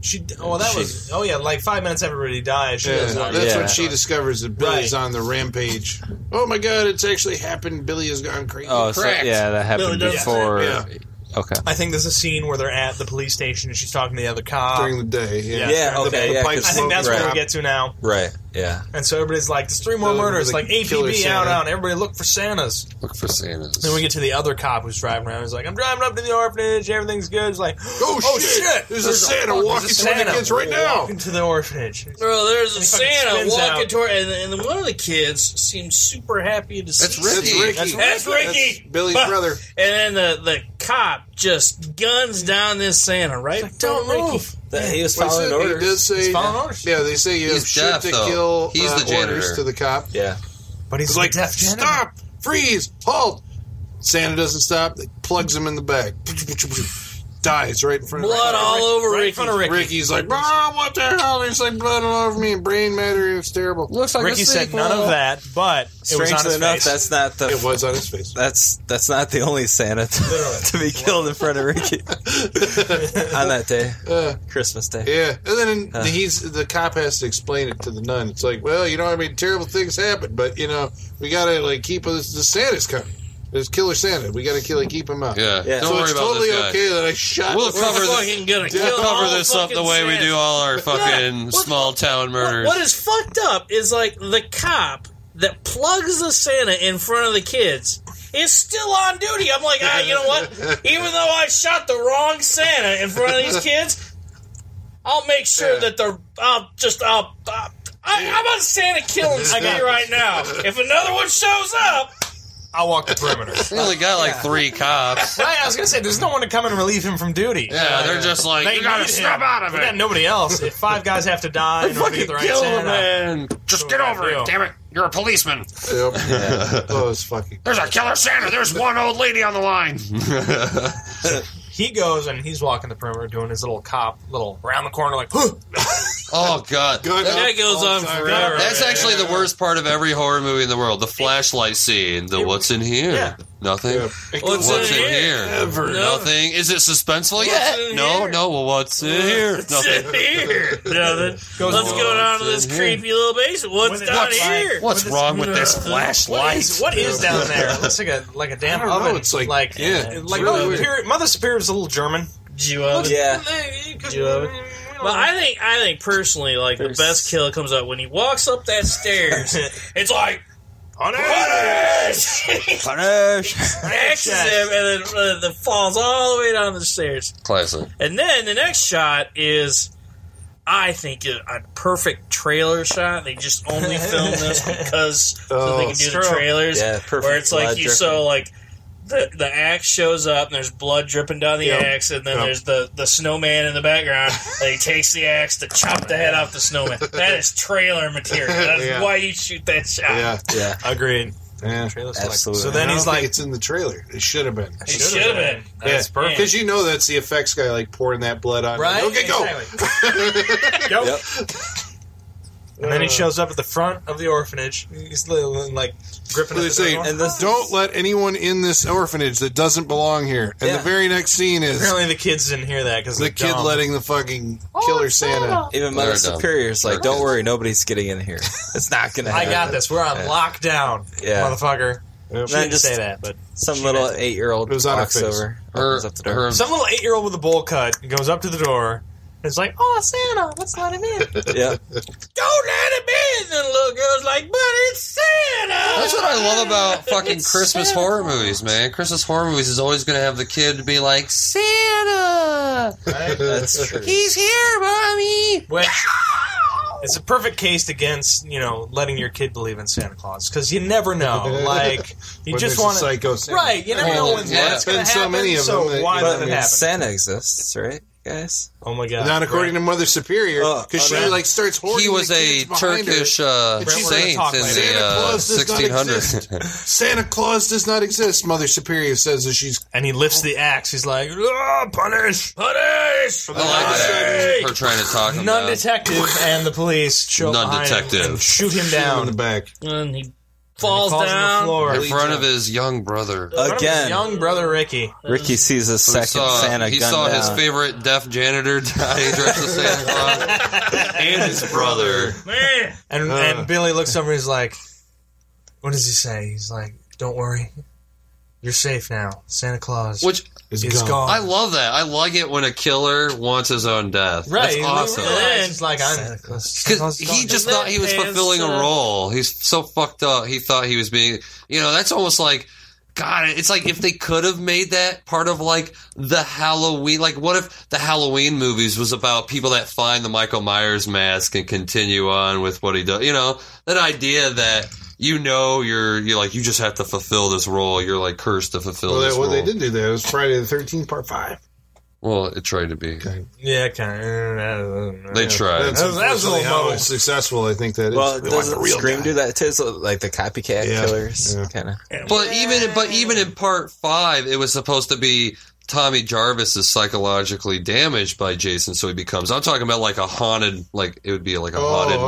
She. Oh, that was. Oh yeah, like five minutes after everybody dies. She Yeah, goes, uh, like, that's Yeah. when she discovers that Billy's Right. on the rampage. Oh my god, it's actually happened. Billy has gone crazy. Oh, so, Correct. yeah, that happened does. before. Yeah. Okay. I think there's a scene where they're at the police station and she's talking to the other cop. during the day. Yeah, Yeah, Yeah, The- okay, the yeah, pipe 'cause- I think smoke that's where crap. we get to now. Right. Yeah. And so everybody's like, "There's three more Those are murders." the Like killer APB out, Santa. out. Everybody look for Santas. Look for Santas. Then we get to the other cop who's driving around. He's like, "I'm driving up to the orphanage. Everything's good." He's like, Oh, shit! There's, a Santa walking There's a to the kids right now. walking to the orphanage." Bro, there's a fucking Santa spins walking out. toward, and, and then one of the kids seems super happy to see. That's him. Ricky. That's That's That's Ricky, That's Billy's But- brother. And then the, the cop just guns down this Santa, right? "Don't Ricky. move." That- he was Well, he following said- orders. He does say, He's following orders. yeah, they say you He's have shit deaf, to though. kill. He's uh, the janitor. orders to the cop. Yeah. But he's He's like, like, "Deaf janitor." stop, freeze, halt. Santa doesn't stop. Plugs him in the back. dies right in front of Blood all over right in Ricky. front of Ricky's like, "Bro, what the hell?" There's like blood all over me and brain matter. It was terrible. Looks like a Ricky said sequel. none of that, but it was Strangely on his enough, face. that's not the. It was on his face. That's that's not the only Santa to, to be killed in front of Ricky on that day, Uh, Christmas Day. yeah, and then Uh. he's the cop has to explain it to the nun. It's like, well, you know, I mean, terrible things happen, but you know, we gotta like keep us. The Santa's coming. There's Killer Santa. We gotta kill, like, keep him out. Yeah. Yeah. Don't so worry it's about totally this guy. okay that I shot. We'll the- cover We're this- fucking gonna Yeah, kill Cover all this up the fucking way we Santas. do all our Yeah. fucking What- small town murders. What is fucked up is like the cop that plugs the Santa in front of the kids is still on duty. I'm like, ah, you know what? Even though I shot the wrong Santa in front of these kids, I'll make sure Yeah. that they're. I'll just. I'll. I'll I, I'm on Santa killing spree right now. If another one shows up, I'll walk the perimeter. We only got like three cops. I I was gonna say, there's no one to come and relieve him from duty. Yeah, they're just like, They you gotta need step him. out of We got it. nobody else. If five guys have to die in order to get the right Kill the Santa, man. Just get over it, damn it. You're a policeman. Yep. Oh, it's fucking. There's a killer Santa. There's one old lady on the line. he goes and he's walking the perimeter doing his little cop, little round the corner, like, "Huh." oh, God. Good That- Oh, that goes on forever. That's actually the worst part of every horror movie in the world. The flashlight scene. The what's in here? Yeah. Nothing. Yeah. What's What's in in here? here? Ever. No. Nothing. Is it suspenseful What's yet? in No, here? no. Well, what's in here? Nothing. here. Nothing. Let's on. go down to What's this in here? creepy little basement. What's What's- down what's- here? What's wrong with this what flashlight? is, what is down there? It looks like a like a damn I don't know, oven. it's like- like, yeah, it's like really Mother weird. Superior. Mother Superior's a little German. Geometry. Yeah. Geometry. Well, I think I think personally, like the There's- best kill comes up when he walks up that stairs. it's like On axes Punish. him, and then uh, the falls all the way down the stairs. Classic. And then the next shot is, I think, a, a perfect trailer shot. They just only film this because so they Oh, can do the true. trailers. Yeah, perfect Where it's like blood you dripping. so like. The, the axe shows up and there's blood dripping down the Yep. axe and then Yep. there's the, the snowman in the background and he takes the axe to chop the head off the snowman. That is trailer material. That's Yeah. why you shoot that shot. Yeah, Yeah, Agreed. yeah. absolutely. So then I don't he's think like, it's in the trailer. It should have been. It should have been. That's perfect. Because you know that's the effects guy, like pouring that blood on. Right? Okay, go. Exactly. Go. Yep. And then he shows up at the front of the orphanage. He's little and like gripping What they at the say, door. And this Don't let anyone in this orphanage that doesn't belong here. And Yeah. the very next scene is Apparently the kids didn't hear that because the kid letting the fucking killer Santa. even Mother They're dumb. Superior's like, They're "Don't kids. worry, nobody's getting in here. It's not gonna I happen." got this. We're on Yeah. lockdown, Yeah. motherfucker. Yep. She didn't just- say that, but Some little eight-year-old It was on her walks face. over, Her, opens up the door. her some little eight-year-old with a bowl cut goes up to the door. and It's like, oh, Santa, let's let him in. Yeah, Don't let him in. And the little girl's like, but it's Santa. That's what I love about fucking It's Christmas Santa horror Claus. movies, man. Christmas horror movies is always going to have the kid be like, Santa, that's true. he's here, mommy. Which it's a perfect case against you know letting your kid believe in Santa Claus because you never know. Like you When there's just a want to. psycho Santa. Right, you never know Oh, when's yeah. what's going to Been so happen. So, many of them that- why But let I it mean, happen? Santa exists, right, guys? oh my god! Not according to Mother Superior, Oh, because oh, she no. like starts hoarding. He was the a kids behind her. Turkish uh, Brent, we're gonna saint talk in later. the Santa uh, Claus does not 1600s. Santa Claus does not exist. Mother Superior says as she's And he lifts the axe. He's like, "Ah, punish. Punish. I like that. Her trying to talk him Nun down. detective and the police show up behind him Non-detective. and shoot him in the down. back. And he Falls falls, on the down. floor in front of his young brother. In front of his Again. Young brother Ricky. Ricky sees a He second saw, Santa he gunned saw his down. favorite deaf janitor die dressed as Santa Claus and his brother. Man. And Uh. and Billy looks over. and He's like, "What does he say?" He's like, "Don't worry, you're safe now. Santa Claus Which Is is gone. gone." I love that. I like it when a killer wants his own death. Right, That's awesome. He's like, "I'm Santa Claus." Santa Because Claus is he gone." just Isn't thought that he was bad fulfilling a stuff? role. He's so fucked up. He thought he was being, you know, that's almost like, God, it's like if they could have made that part of like the Halloween. Like, what if the Halloween movies was about people that find the Michael Myers mask and continue on with what he does? You know, that idea that. You know, you're you like you just have to fulfill this role. You're like cursed to fulfill Well, this that, well, they role. did do that. It was Friday the Thirteenth, Part Five. Well, it tried to be. yeah, kind of. They tried. That's That was- that was a little unfortunately how mobile. successful. I think that is. Well, They want doesn't the real Scream guy. do that too? So, like the copycat Yeah, killers, yeah. kind of. But even but even in part five, it was supposed to be Tommy Jarvis is psychologically damaged by Jason, so he becomes. I'm talking about like a haunted, like it would be like a Oh, haunted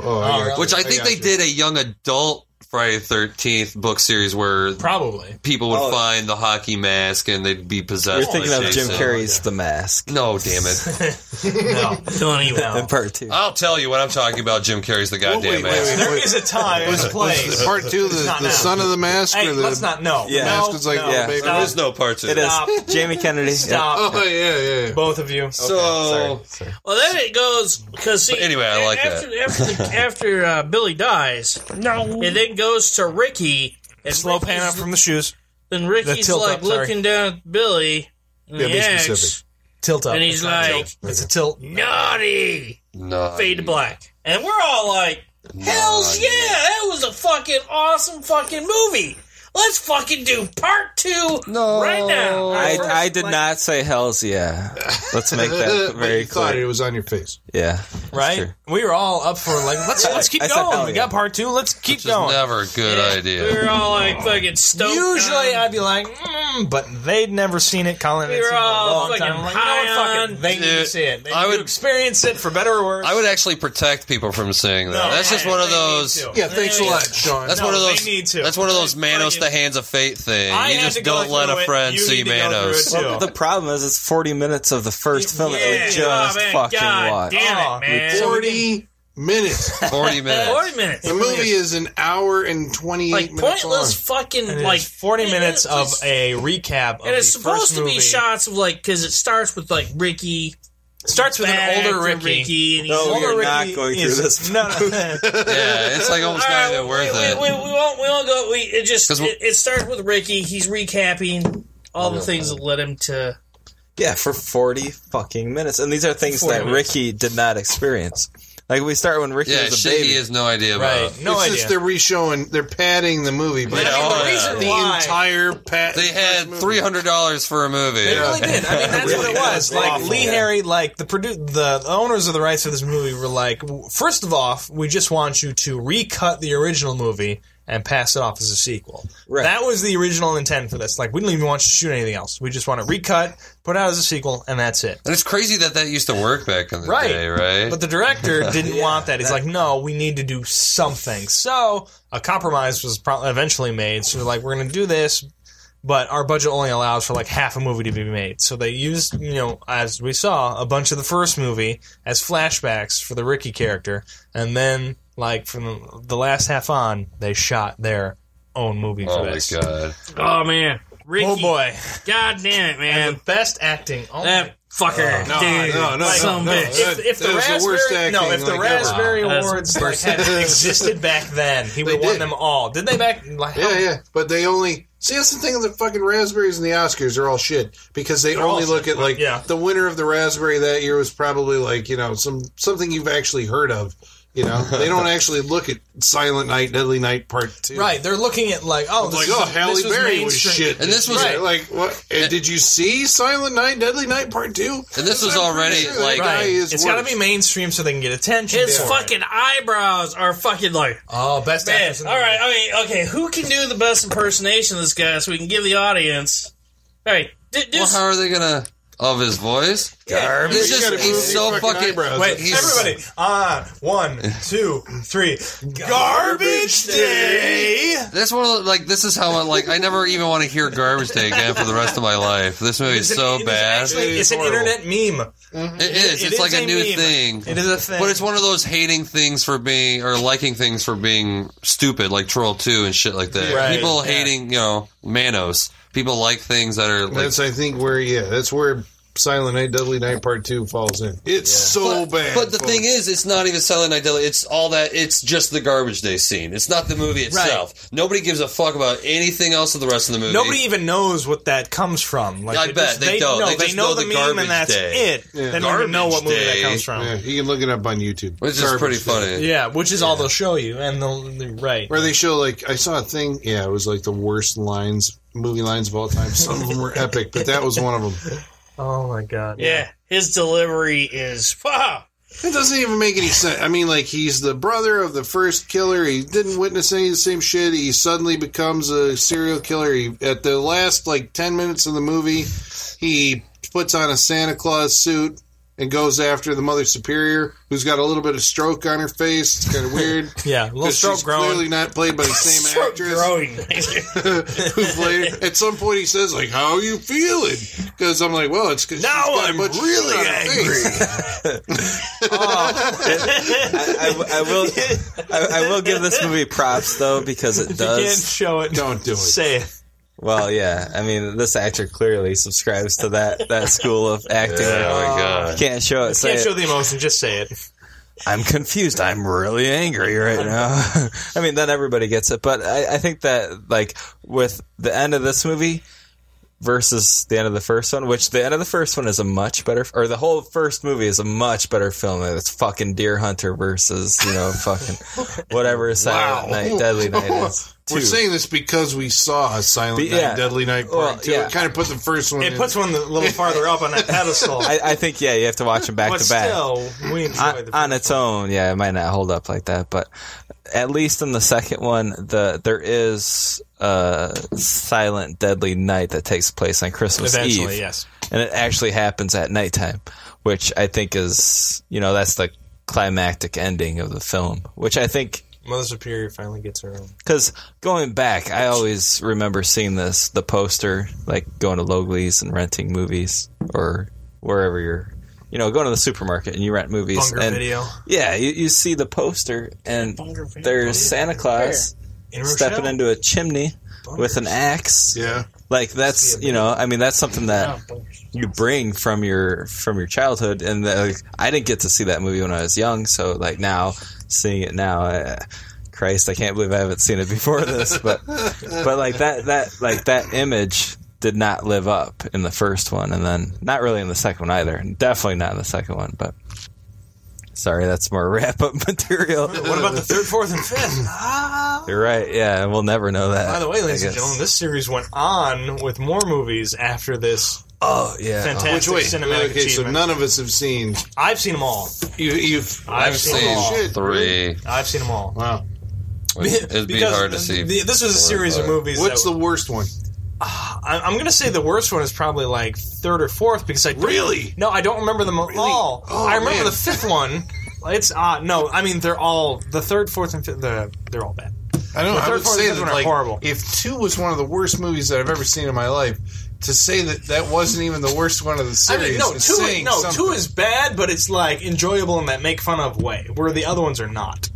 Oh, mask, which I think they did a young adult Friday Thirteenth book series where probably people would Oh. find the hockey mask and they'd be possessed. You're thinking by of Jim Jason. Carrey's The Mask. No, damn it! no, Don't even. In part two. I'll tell you when I'm talking about. Jim Carrey's the goddamn mask. There is a time and a place. Part two, the, It's not the now. son of the mask. Hey, or the, let's not. No, Yeah. no, Mask is like no, little yeah. baby. There is no part two. It is. Stop. Jamie Kennedy. Stop. Oh yeah, yeah. yeah. Both of Oh. you. So Well, then it goes because see, But anyway, I like after, After, after uh, Billy dies, no, it then goes to Ricky. And Slow pan up Ricky's- from the shoes. Then Ricky's tilt like up, sorry. looking down at Billy in Yeah, the be axe, specific. Tilt up. and he's It's not a like, tilt. it's a tilt. "Naughty, No. fade to black," and we're all like, "Hell's yeah, that was a fucking awesome fucking movie. Let's fucking do part two No. right now." I, First, I did like, not say hells yeah. Let's make that But very you thought clear. it was on your face. Yeah. right? We were all up for like let's let's keep I said going. hell We yeah. got part two. Let's keep Which is going. never a good We idea. were all like fucking stoked. Usually on- I'd be like, mm, but they'd never seen it. Colin, We had were seen it for a all long fucking time. I'm like, high no, fuck on- it. They need to Dude, see it. They I need would- to experience it for better or worse. I would actually protect people from saying that. No, that's just they- one of they need those. to. Yeah, thanks a lot, Sean. That's No, one of they those. need to. That's one of those They Manos fucking- the hands of fate thing. I you had to just go don't let through a it. friend You see need to go Manos. through it, too. The problem is, it's 40 minutes of the first film that Yeah. we just Oh, man, fucking God watched. Damn Oh, it, man. Forty minutes. Forty Forty minutes. minutes. The movie is an hour and twenty-eight like minutes pointless long. fucking And it like is 40 it minutes is- of a recap of and it's the first supposed to be movie. shots of like because it starts with like Ricky starts with back an older to Ricky. and he's No, like, we are Older not Ricky going through is- this. No, no. Yeah, it's like almost not even "All worth right, we, it. We, we won't. We won't go. We it just 'Cause we- it, it starts with Ricky. He's recapping all the things that led him to. Yeah, for 40 fucking minutes. And these are things 40 that Ricky did not experience. Like, we start when Ricky Yeah, was a shit. He baby. has no idea about. right. No it's idea. just they're reshowing, they're padding the movie, but Yeah, I mean, all the that. reason the why entire pat. They had three hundred dollars for a movie. They really did. I mean, that's what Really? it was. It's Like awful. Lee Yeah. Harry, like the produ- the owners of the rights for this movie were like, "W- first of all, we just want you to recut the original movie and pass it off as a sequel. Right. That was the original intent for this. Like, we don't even want you to shoot anything else. We just want to recut, put out as a sequel, and that's it. And it's crazy that that used to work back in the Right. day, right? But the director didn't want that. He's like, no, we need to do something. So a compromise was pro- eventually made. So they're like, we're going to do this, but our budget only allows for like half a movie to be made. So they used, you know, as we saw, a bunch of the first movie as flashbacks for the Ricky character, and then like from the- the last half on, they shot their own movie for oh my this. god! Oh man, Ricky! Oh boy, God damn it, and man! the best acting. Oh my That fucker, No, dude, no, no, some no, no. bitch. if, if the That was raspberry, the worst acting, no, if the like, ever. raspberry Wow. awards like, had existed back then, he would They have won did. them all. Did they back? Like, Yeah, yeah, but they only see that's the thing with the fucking raspberries and the Oscars are all shit because they only all look at like yeah. the winner of the raspberry that year was probably like you know some something you've actually heard of. You know, they don't actually look at Silent Night, Deadly Night Part Two. Right, they're looking at like, oh, It's this like, is, oh, Halle this was Berry was mainstream. shit. And this was- year. like, what? and did you see Silent Night, Deadly Night Part Two? And this was I'm already, pretty that like- guy Right, is it's got to worse. be mainstream so they can get attention. His for it. fucking eyebrows are fucking like oh, best Man, actors. in the all right. movie. I mean, okay. Who can do the best impersonation of this guy so we can give the audience? All right. Do, do Well, s- how are they gonna of his voice? Garbage. It's You just gotta prove he's so your fucking. eyebrows. Wait, he's- everybody, on one, two, three. Garbage day. That's one of the, like this is how I like I never even want to hear Garbage Day again for the rest of my life. This movie It's is an- so it is bad. actually- It is it's an horrible. internet meme. it is. it it's is like a, a new meme. thing. It is a thing. But it's one of those hating things for being or liking things for being stupid, like Troll Two and shit like that. Right, People yeah. hating, you know, Manos. People like things that are like That's I think where yeah, that's where Silent Night, Deadly Night Part Two falls in. It's so bad. But the folks. thing is, it's not even Silent Night Deadly. It's all that. It's just the garbage day scene. It's not the movie itself. Nobody gives a fuck about anything else of the rest of the movie. Nobody even knows what that comes from. Like, I they bet. just- They don't. know- They they just know know the the meme, garbage and that's day. it. They don't even know what Garbage movie that day. comes from. yeah, Yeah, you can look it up on YouTube. Which is Garbage pretty Day. funny. which is all they'll show you, and they'll they're right. Where they show like I saw a thing. Yeah, it was like the worst lines, movie lines of all time. Some of them were epic, but that was one of them. Oh my god. yeah. His delivery is wow. It doesn't even make any sense. I mean, like he's the brother of the first killer. He didn't witness any of the same shit. He suddenly becomes a serial killer. He, at the last like ten minutes of the movie, he puts on a Santa Claus suit and goes after the mother superior, who's got a little bit of stroke on her face. It's kind of weird. Yeah, a little 'Cause stroke she's growing. Clearly not played by the same Start actress growing. who played. At some point, he says like, "How are you feeling?" Because I'm like, "Well, it's because Now got I'm much shit really on her angry. face. I, I will. I, I will give this movie props though because it You can't does. show it. Don't do it. Say it. Well, yeah. I mean, this actor clearly subscribes to that that school of acting. oh my god. Can't show it. Say can't it. show the emotion. Just say it. I'm confused. I'm really angry right now. I mean, not everybody gets it, but I, I think that like with the end of this movie versus the end of the first one, which the end of the first one is a much better, or the whole first movie is a much better film. than It's fucking Deer Hunter versus you know fucking whatever Silent Night, Deadly Night is. We're Two. saying this because we saw a Silent Be- Night, yeah. Deadly Night Part Well, Two. yeah. It kind of put the first one. It in. puts one a little farther up on that pedestal. I, I think yeah, you have to watch them back but to back. still, we enjoy on, the on its own, yeah, it might not hold up like that, but at least in the second one, the there is a silent, deadly night that takes place on Christmas eventually. Eve, Yes, and it actually happens at nighttime, which I think is you know that's the climactic ending of the film, which I think Mother Superior finally gets her own. because going back, I always remember seeing this the poster, like going to Logley's and renting movies or wherever you're, you know, going to the supermarket and you rent movies Bunker and video yeah, you, you see the poster, and Bunker video. there's Santa Claus in stepping Rochelle. into a chimney with an axe. Yeah, Like that's you know, I mean that's something that you bring from your from your childhood, and the, like, I didn't get to see that movie when I was young, so like now seeing it now, I, Christ, I can't believe I haven't seen it before this, but but like that that like that image did not live up in the first one, and then not really in the second one either, and definitely not in the second one, but. Sorry, that's more wrap up material. What about the third, fourth, and fifth? Ah. You're right. Yeah, we'll never know that. By the way, ladies I and guess. gentlemen, this series went on with more movies after this Oh yeah. fantastic Uh-huh. which way? cinematic Okay, so achievement. none of us have seen. I've seen them all. You, you've I've, seen, them all. shit. Three. I've seen them all. Wow, It'd be Because hard to the- see. the- this was a four, series of but- movies. what's that, the worst one? I, I'm going to say the worst one is probably like third or fourth because I don't- Really? no, I don't remember them all. Oh, I remember man. the fifth one. It's odd. No, I mean they're all the third, fourth, and fifth. The, they're all bad. I don't. know. I The third, would fourth, say and that fifth one are like, horrible. if two was one of the worst movies that I've ever seen in my life, to say that that wasn't even the worst one of the I series. mean, no, is two, saying no, something. two is bad, but it's like enjoyable in that make fun of way, where the other ones are not.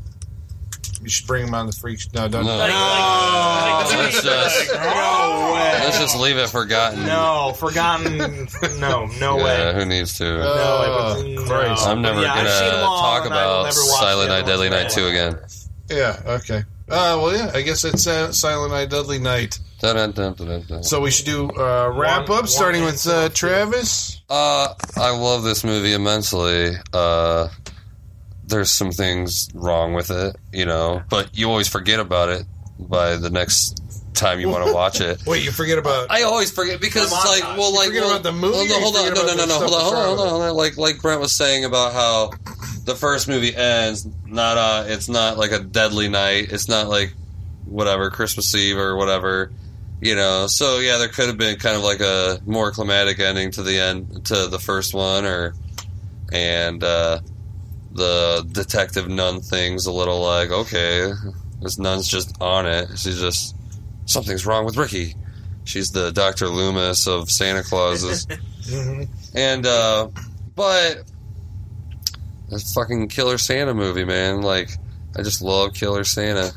You should bring him on the freak. No, don't. No. Like, Ah, like, like, Let's just, No way. let's just leave it forgotten. No, forgotten. No, no Yeah, way. who needs to? Uh, No, it was- Christ. no. I'm never Yeah, I've gonna seen 'em all, talk and I will about never watch Silent the Night, other Deadly Night ones. two again. Yeah. Okay. Uh, well, yeah. I guess that's uh, Silent Night, Deadly Night. Dun, dun, dun, dun, dun, dun. So we should do uh, wrap One- up, starting one with uh, Travis. Uh, I love this movie immensely. Uh, there's some things wrong with it, you know, but you always forget about it by the next time you want to watch it. Wait, you forget about I always forget because it's like, well, like, forget well, about the movie well, or no, you hold on, forget no, no, about the no, no, hold on, stuff hold in on, front hold on, of hold on. Like, like Brent was saying about how the first movie ends. Not uh, it's not like a deadly night. It's not like whatever Christmas Eve or whatever. You know, so yeah, there could have been kind of like a more climatic ending to the end to the first one, or and uh, the detective nun thing's a little like okay, this nun's just on it. She's just something's wrong with Ricky. She's the Doctor Loomis of Santa Claus's, and uh, but that fucking Killer Santa movie, man. Like I just love Killer Santa.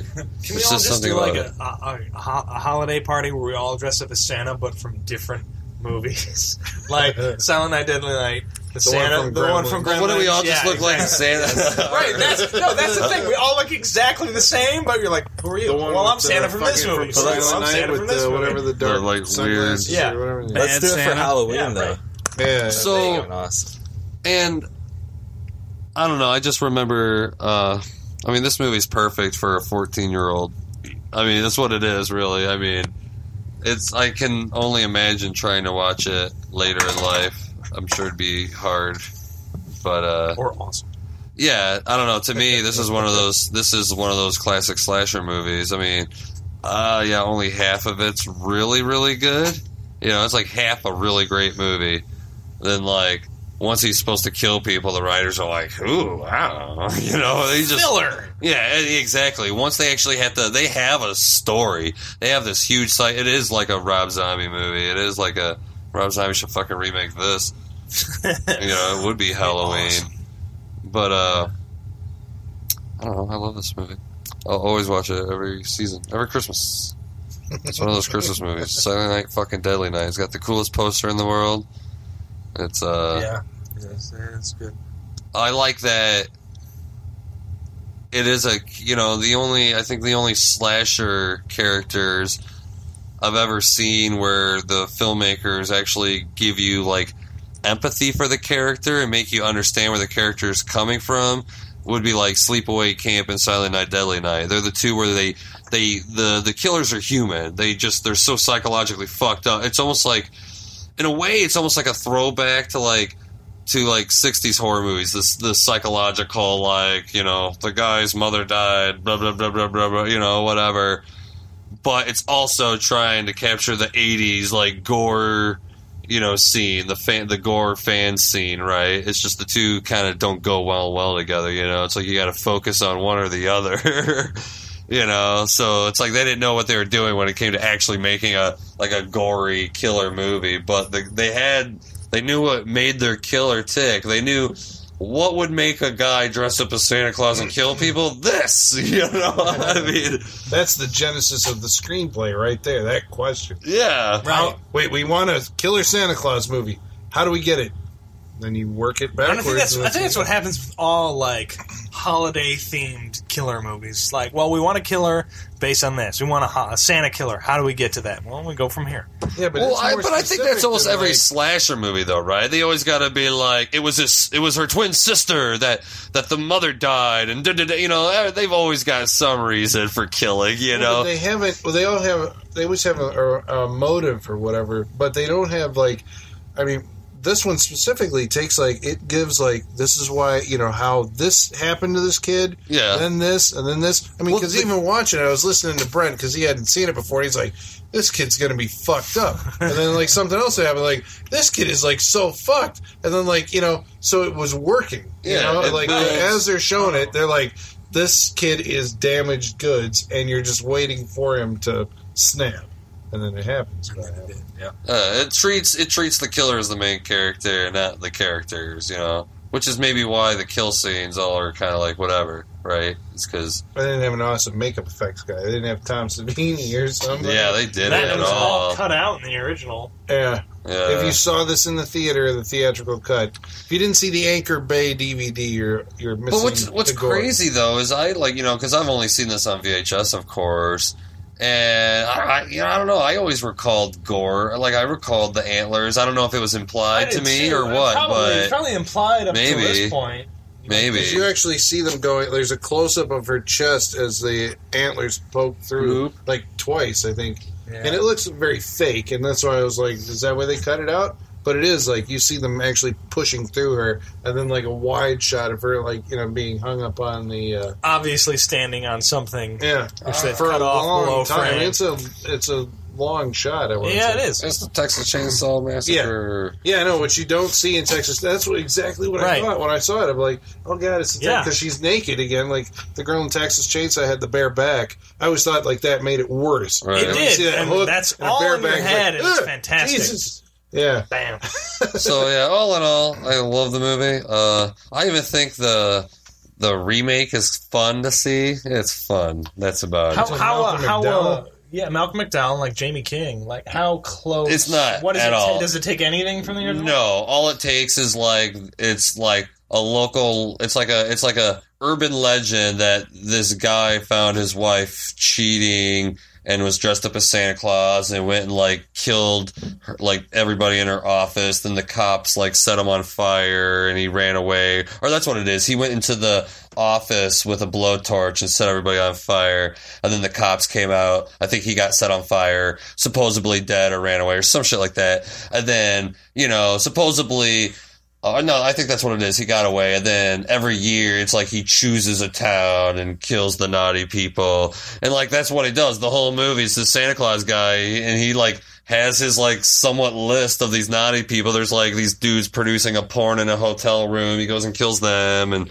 Can we There's all just just something do like about a, a, a, ho- a holiday party where we all dress up as Santa, but from different movies, like Silent Night, Deadly Night, the, Santa, from the one Gremlins. from Gremlins. What do we all just Yeah, look like exactly. Santa? Right, that's no, that's the thing. We all look exactly the same, but you're like, who are you? the one Well, with I'm Santa the from this fucking movie. From So I'm Silent Night Santa with from this the, movie. whatever the dark like, weird- sunglasses Yeah. or whatever. Let's Bad do it for Santa. Halloween Yeah, though. right. Yeah. So Fucking awesome. and I don't know. I just remember. Uh, I mean, this movie's perfect for a fourteen-year-old. I mean, that's what it is, really. I mean, it's. I can only imagine trying to watch it later in life. I'm sure it'd be hard But uh, or awesome. Yeah, I don't know. To me, this is one of those. This is one of those classic slasher movies. I mean, uh, yeah, only half of it's really, really good. You know, it's like half a really great movie. Then, like, once he's supposed to kill people, the writers are like, "Ooh, wow," you know, they just Filler. Yeah, e- exactly. Once they actually have to, they have a story. They have this huge site. It is like a Rob Zombie movie. It is like a Rob Zombie should fucking remake this. you know, it would be Halloween. But uh, I don't know. I love this movie. I'll always watch it every season, every Christmas. It's one of those Christmas movies. Silent Night, fucking Deadly Night. It's got the coolest poster in the world. It's uh, yeah, Yes, it's good. I like that. It is a you know the only I think the only slasher characters I've ever seen where the filmmakers actually give you like empathy for the character and make you understand where the character is coming from would be like Sleepaway Camp and Silent Night Deadly Night. They're the two where they they the the killers are human. They just they're so psychologically fucked up. It's almost like in a way it's almost like a throwback to like to like 60s horror movies this this psychological like you know the guy's mother died blah blah blah blah blah, blah you know whatever but it's also trying to capture the 80s like gore you know scene the fan the gore fan scene right it's just the two kind of don't go well well together you know it's like you got to focus on one or the other you know so it's like they didn't know what they were doing when it came to actually making a like a gory killer movie but the, they had they knew what made their killer tick they knew what would make a guy dress up as santa claus and kill people this you know i mean That's the genesis of the screenplay right there. That question. yeah How- wait, we want a killer Santa Claus movie. How do we get it? Then you work it I backwards. don't think that's. and I think that's what happens with all like holiday themed killer movies. Like, well, we want a killer based on this. We want a, ho- a Santa killer. How do we get to that? Well, we go from here. Yeah, but well, it's I, more but I think specific that's almost than, every like- slasher movie, though, right? They always got to be like, it was this, it was her twin sister that that the mother died, and da, da, da, you know, eh, they've always got some reason for killing, Well, you but know. they haven't. Well, they all have. They always have a, a, a motive or whatever, but they don't have like. I mean, this one specifically takes like it gives like this is why you know how this happened to this kid. Yeah. Then this and then this. I mean, Well, because the- even watching, it, I was listening to Brent because he hadn't seen it before. He's like. This kid's gonna be fucked up, and then like something else happened. Like this kid is like so fucked, and then like you know, so it was working. You Yeah, know, it like builds. as they're showing it, they're like, this kid is damaged goods, and you're just waiting for him to snap. And then it happens. Uh, it treats it treats the killer as the main character, not the characters, you know. Which is maybe why the kill scenes all are kind of like whatever, right? It's because I didn't have an awesome makeup effects guy. They didn't have Tom Savini or something. yeah, they did it that at was all all. cut out in the original. Yeah. Yeah. if you saw this in the theater, the theatrical cut. If you didn't see the Anchor Bay DVD, you're you're missing. But what's what's the gore. crazy though is I like you know because I've only seen this on VHS of course, and I, I you know I don't know I always recalled gore like I recalled the antlers I don't know if it was implied to me or what Probably, but probably implied up maybe. to this point. maybe If you actually see them going, there's a close up of her chest as the antlers poke through, like twice, I think. And it looks very fake, and that's why I was like, is that why they cut it out? But it is like you see them actually pushing through her, and then like a wide shot of her, like you know, being hung up on the uh, Obviously, standing on something yeah which they for a cut off below long time. frame. It's a it's a long shot. I want yeah, to it is. it's the Texas Chainsaw Massacre Yeah, no, what you don't see in Texas. That's what, exactly what I Right. thought when I saw it. I'm like, oh god, it's Yeah. because she's naked again. Like the girl in Texas Chainsaw had the bare back. I always thought like that made it worse. Right. You know, It you did, see that and hook that's a all bare in your back, it's head, and it's "Ugh, fantastic." Jesus." Yeah, Bam. so yeah all in all I love the movie uh I even think the the remake is fun to see it's fun that's about it. How Like how uh, Malcolm how uh, McDowell? yeah, Malcolm McDowell, like Jamie King, like how close? It's not What does at it ta- all. Does it take anything from the original? No, all it takes is like it's like a local. It's like a it's like a urban legend that this guy found his wife cheating and was dressed up as Santa Claus and went and like killed her, like everybody in her office. Then the cops like set him on fire and he ran away. Or that's what it is. He went into the office with a blowtorch and set everybody on fire. And then the cops came out. I think he got set on fire, supposedly dead or ran away or some shit like that. And then, you know, supposedly Uh, no, I think that's what it is. He got away, and then every year it's like he chooses a town and kills the naughty people, and like that's what he does. The whole movie is the Santa Claus guy, and he like has his like somewhat list of these naughty people. There's like these dudes producing a porn in a hotel room. He goes and kills them, and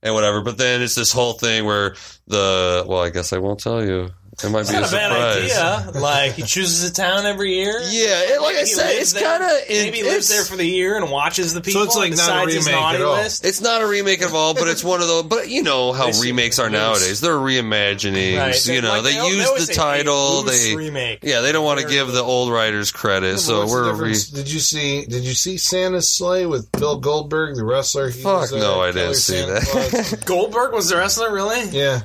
and whatever. But then it's this whole thing where the well, I guess I won't tell you. It might It's be not a a bad surprise. idea. Like he chooses a town every year. Yeah, it- like I He said, lives it's there. kinda- it- maybe he lives it's- there for the year and watches the people. and decides his naughty list. It's not a remake at all, but it's one of those. But you know how remakes are nowadays; they're reimaginings. Right, they- You know, like, they, they al- they use always the say, "Hey, title. loose They remake. Yeah, they don't want to give the old writers credit, so What's the we're re- difference? did you see? Did you see Santa's sleigh with Bill Goldberg, the wrestler? He fuck. was there, No, I Killer didn't see Santa that. Claus. Goldberg was the wrestler, really? Yeah.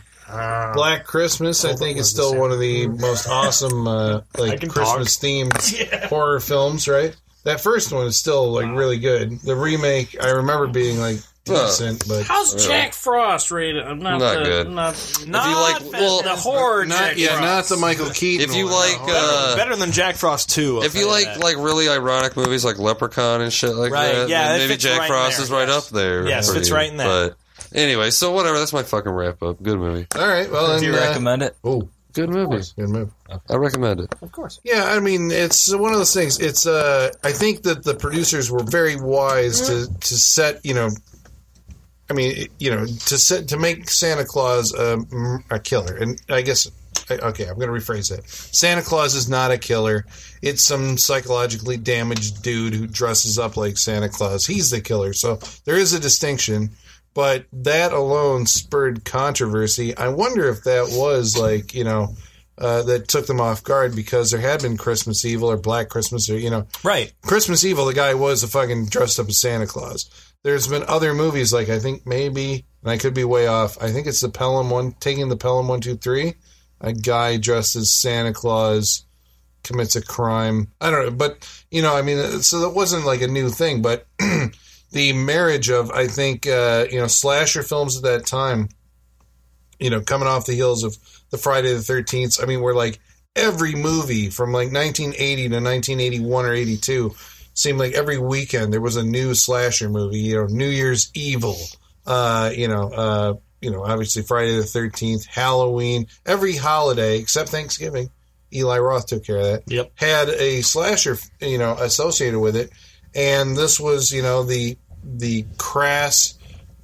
Black Christmas, I think, is still one of the most awesome uh, like can Christmas themed horror films. Right, that first one is still like really good. The remake, I remember being like Huh. decent, but How's Jack Frost rated? I'm not, Not the, good. Not, If you like, well, the horror. Not- Jack yeah, Frost. not the Michael Keaton. If you one. like, uh, Better than Jack Frost two. I'll if you tell like that. like really ironic movies like Leprechaun and shit like Right, that, yeah, then it maybe fits Jack right in Frost there, is right up there. Yes, for fits you. right in there. But anyway, so whatever. That's my fucking wrap up. Good movie. all right, well, Do you recommend it? Oh, good movie. Good movie. I recommend it. Of course. Yeah, I mean, it's one of those things. It's uh, I think that the producers were very wise to to set, you know, I mean, you know, to set to make Santa Claus a, a killer, and I guess. I- Okay, I'm going to rephrase that. Santa Claus is not a killer. It's some psychologically damaged dude who dresses up like Santa Claus. He's the killer. So there is a distinction, but that alone spurred controversy. I wonder if that was like, you know, uh, that took them off guard because there had been Christmas Evil or Black Christmas or you know right Christmas Evil. The guy was a fucking dressed up as Santa Claus. There's been other movies like I think maybe and I could be way off. I think it's the Pelham one taking the Pelham one two three. A guy dressed as Santa Claus commits a crime. I don't know, but you know, I mean, so that wasn't like a new thing, but the marriage of I think uh, you know slasher films at that time you know, coming off the heels of the Friday the 13th. I mean, we're like every movie from like 1980 to 1981 or 82 seemed like every weekend there was a new slasher movie, you know, New Year's Evil, uh, you know, uh, you know, obviously Friday the 13th, Halloween, every holiday except Thanksgiving. Eli Roth took care of that. Yep. Had a slasher, you know, associated with it. And this was, you know, the the crass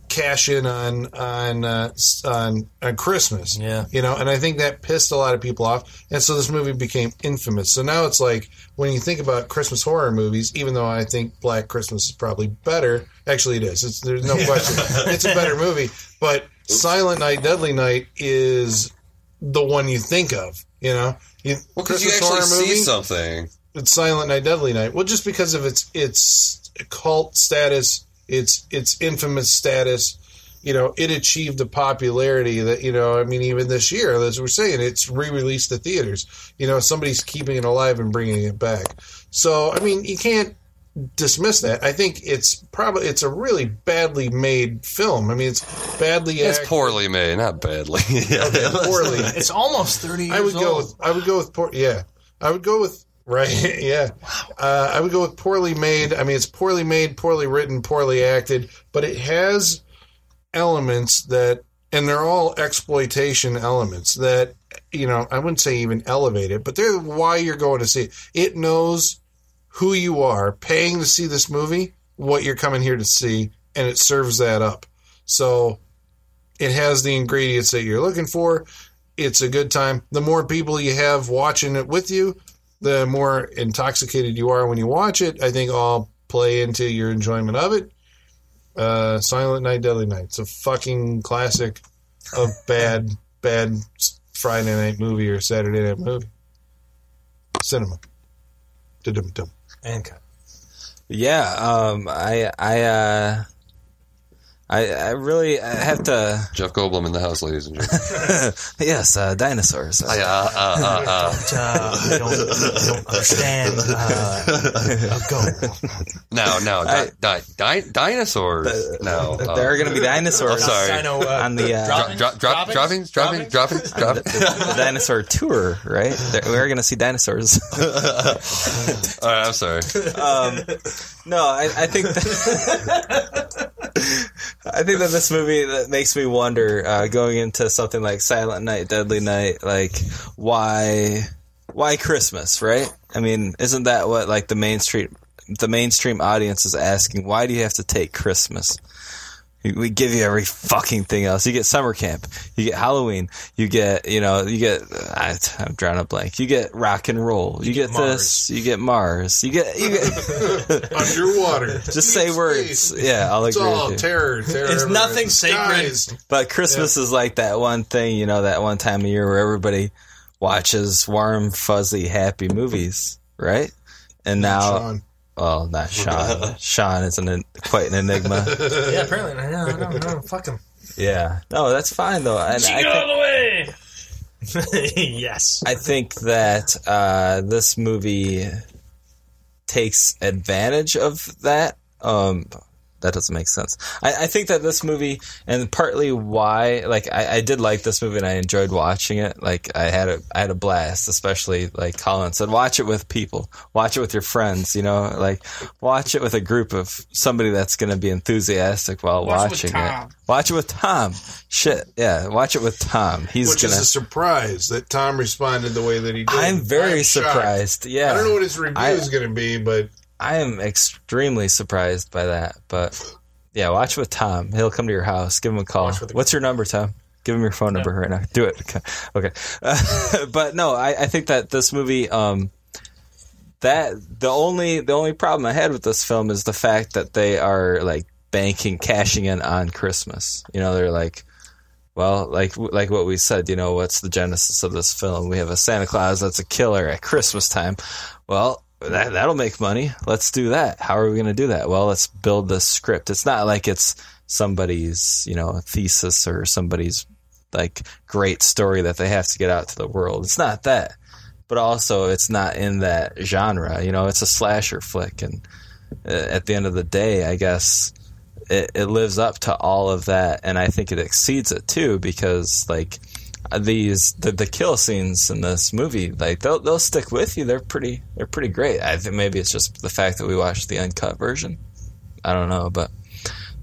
cash in on on uh, s- on on Christmas. Yeah. you know, and I think that pissed a lot of people off, and so this movie became infamous. So now it's like when you think about Christmas horror movies, even though I think Black Christmas is probably better. Actually, it is. It's, there's no question. it's a better movie, but Silent Night, Deadly Night is the one you think of. You know, you, Well, because you actually see something. it's Silent Night, Deadly Night. Well, just because of its its cult status, its its infamous status, you know, it achieved the popularity that you know. I mean, even this year, as we're saying, it's re-released to theaters. You know, somebody's keeping it alive and bringing it back. So, I mean, you can't dismiss that. I think it's probably it's a really badly made film. I mean, it's badly It's acted, poorly made, not badly. poorly. It's almost thirty. Years I would go old. with I would go with poor yeah. I would go with right yeah. Uh, I would go with poorly made. I mean, it's poorly made, poorly written, poorly acted, but it has elements that, and they're all exploitation elements that you know. I wouldn't say even elevate it, but they're why you're going to see it. It knows who you are, paying to see this movie, what you're coming here to see, and it serves that up. So it has the ingredients that you're looking for. It's a good time. The more people you have watching it with you, the more intoxicated you are when you watch it. I think all play into your enjoyment of it. Uh, Silent Night, Deadly Night. It's a fucking classic of bad, bad Friday night movie or Saturday night movie. Cinema. Dum-dum-dum. And cut. Yeah, um, I I uh, I, I really I have to. Jeff Goldblum in the house, ladies and gentlemen. yes, uh, dinosaurs. I, uh, uh, uh, uh. Don't, uh, don't, don't understand. Uh, uh, go. No, no, di- di- di- dinosaurs. Uh, no, That There are going to be dinosaurs. uh, I'm sorry. Dino, uh, On the, uh, Dro- dro- drop- dropping, dropping, dropping, dropping. the dinosaur tour, right? There, we're going to see dinosaurs. All right, I'm sorry. um, no, I, I think that, I think that this movie that makes me wonder uh, going into something like Silent Night, Deadly Night, like why why Christmas, right? I mean, isn't that what like the mainstream the mainstream audience is asking? Why do you have to take Christmas? We give you every fucking thing else. You get summer camp. You get Halloween. You get you know you get I, I'm drawing a blank. You get rock and roll. You, get, this. You get Mars. You get you get Underwater. Just say words. Yeah, I'll It's agree all with you. terror, terror. It's everywhere. nothing The sacred. skies. But Christmas is like that one thing, you know, that one time of year where everybody watches warm, fuzzy, happy movies, right? And now, Sean. well, not Sean. Sean is an, quite an enigma. Yeah, apparently. No, no, no, no, fuck him. yeah. No, that's fine though. And I, thi- the way. yes. I think that uh, this movie takes advantage of that. Um, that doesn't make sense. I, I think that this movie, and partly why, like I, I did like this movie and I enjoyed watching it. Like I had a I had a blast, especially like Colin said, watch it with people, watch it with your friends. You know, like watch it with a group of somebody that's going to be enthusiastic while Watch it with watching Tom. it. Watch it with Tom. Shit, yeah, watch it with Tom. He's Which gonna. is a surprise that Tom responded the way that he did. I'm very I'm shocked. surprised. Yeah, I don't know what his review I- is going to be, but I am extremely surprised by that. But yeah, watch with Tom. He'll come to your house. Give him a call. What's your number, Tom? Give him your phone number right now. Do it. Okay. Okay. Uh, but no, I, I think that this movie, um, that the only the only problem I had with this film is the fact that they are like banking, cashing in on Christmas. You know, they're like, well, like like what we said, you know, what's the genesis of this film? We have a Santa Claus that's a killer at Christmas time. Well, that that'll make money. Let's do that. How are we going to do that? Well, let's build the script. It's not like it's somebody's, you know, thesis or somebody's like great story that they have to get out to the world. It's not that. But also, it's not in that genre. You know, it's a slasher flick and uh, at the end of the day, I guess it, it lives up to all of that, and I think it exceeds it too because like these the, the kill scenes in this movie like they'll they'll stick with you. They're pretty they're pretty great. I think maybe it's just the fact that we watched the uncut version. I don't know, but.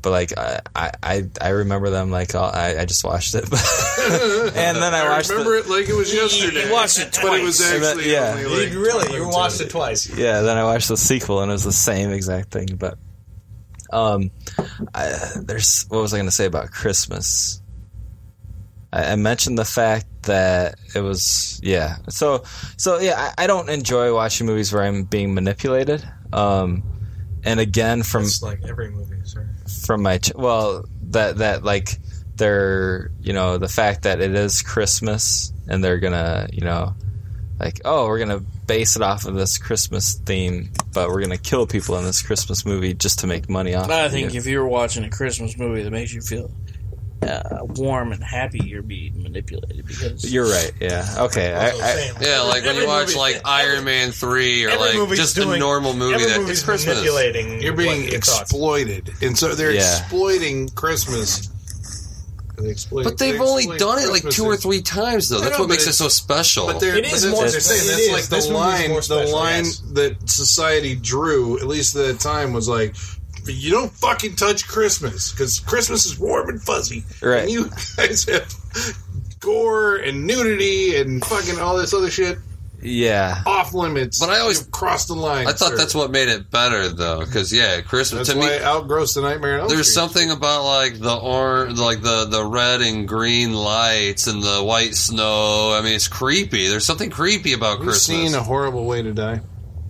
But like I, I, I- I remember them like all, I, I just watched it, and then I, I watched remember the, it like it was yesterday. He watched it but it was twice. And that- actually yeah. only like You really, you twenty minutes. watched it twice. yeah, then I watched the sequel and it was the same exact thing. But um, I, there's what was I going to say about Christmas? I, I mentioned the fact that it was yeah. So so yeah, I, I don't enjoy watching movies where I'm being manipulated. Um, and again, from It's like every movie, sir. from my ch- well that that like they're you know the fact that it is christmas and they're gonna you know like oh we're gonna base it off of this christmas theme but we're gonna kill people in this christmas movie just to make money off I of think you. if you're watching a Christmas movie that makes you feel uh, warm and happy, you're being manipulated because you're right yeah okay I, I, Yeah, like when you Every watch movie- like Iron Man three or every like movie's just a doing- normal movie every that movie's it's Christmas. manipulating. You're what being your thoughts are. exploited, and so they're Yeah. exploiting Christmas. They exploit- But they they've only exploit done it like Christmas two or as- three times though. I That's know, what makes but it so special. But they're, It but is that's more what they're special. saying. It That's is. like This the movie's line. more the special, line yes. that society drew, at least at that time, was like. You don't fucking touch Christmas because Christmas is warm and fuzzy, Right. And you guys have gore and nudity and fucking all this other shit yeah off limits. But I always- You've crossed the line. I thought sir. that's what made it better though, because yeah, Christmas That's to me. why it outgrows the nightmare. on Elm There's Street. something about like the orange, like the the red and green lights and the white snow. I mean, it's creepy. There's something creepy about Have you Christmas. seen a horrible way to die?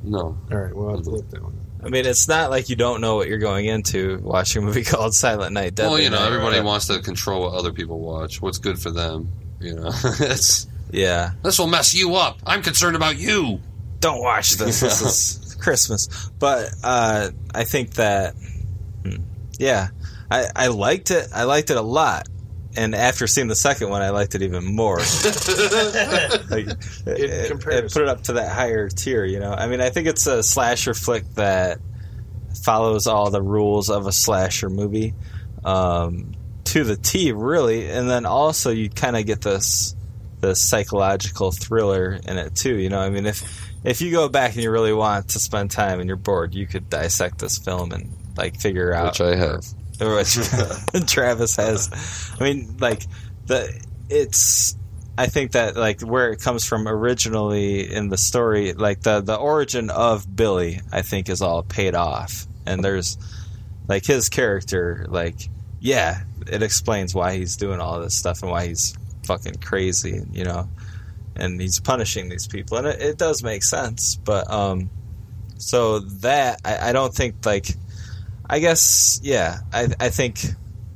no, All right, well, I'll have to look that one. i mean it's not like you don't know what you're going into watching a movie called silent night Deadly well, you know, Night, everybody but- wants to control what other people watch. What's good for them, you know. it's yeah this will mess you up. I'm concerned about you. don't watch this. This is Christmas. But uh, I think that, hmm, yeah, I, I liked it. I liked it a lot. And after seeing the second one, I liked it even more. like, it, it- it put it up to that higher tier, you know. I mean, I think it's a slasher flick that follows all the rules of a slasher movie um, to the T, really. And then also, you kind of get this the psychological thriller in it too. You know, I mean, if if you go back and you really want to spend time and you're bored, you could dissect this film and like figure out Which I have. or what Travis has. I mean, like the it's. I think that like where it comes from originally in the story, like the the origin of Billy, I think is all paid off, and there's like his character, like yeah, it explains why he's doing all this stuff and why he's fucking crazy, you know, and he's punishing these people, and it, it does make sense, but um, so that I, I don't think like I guess yeah. I I think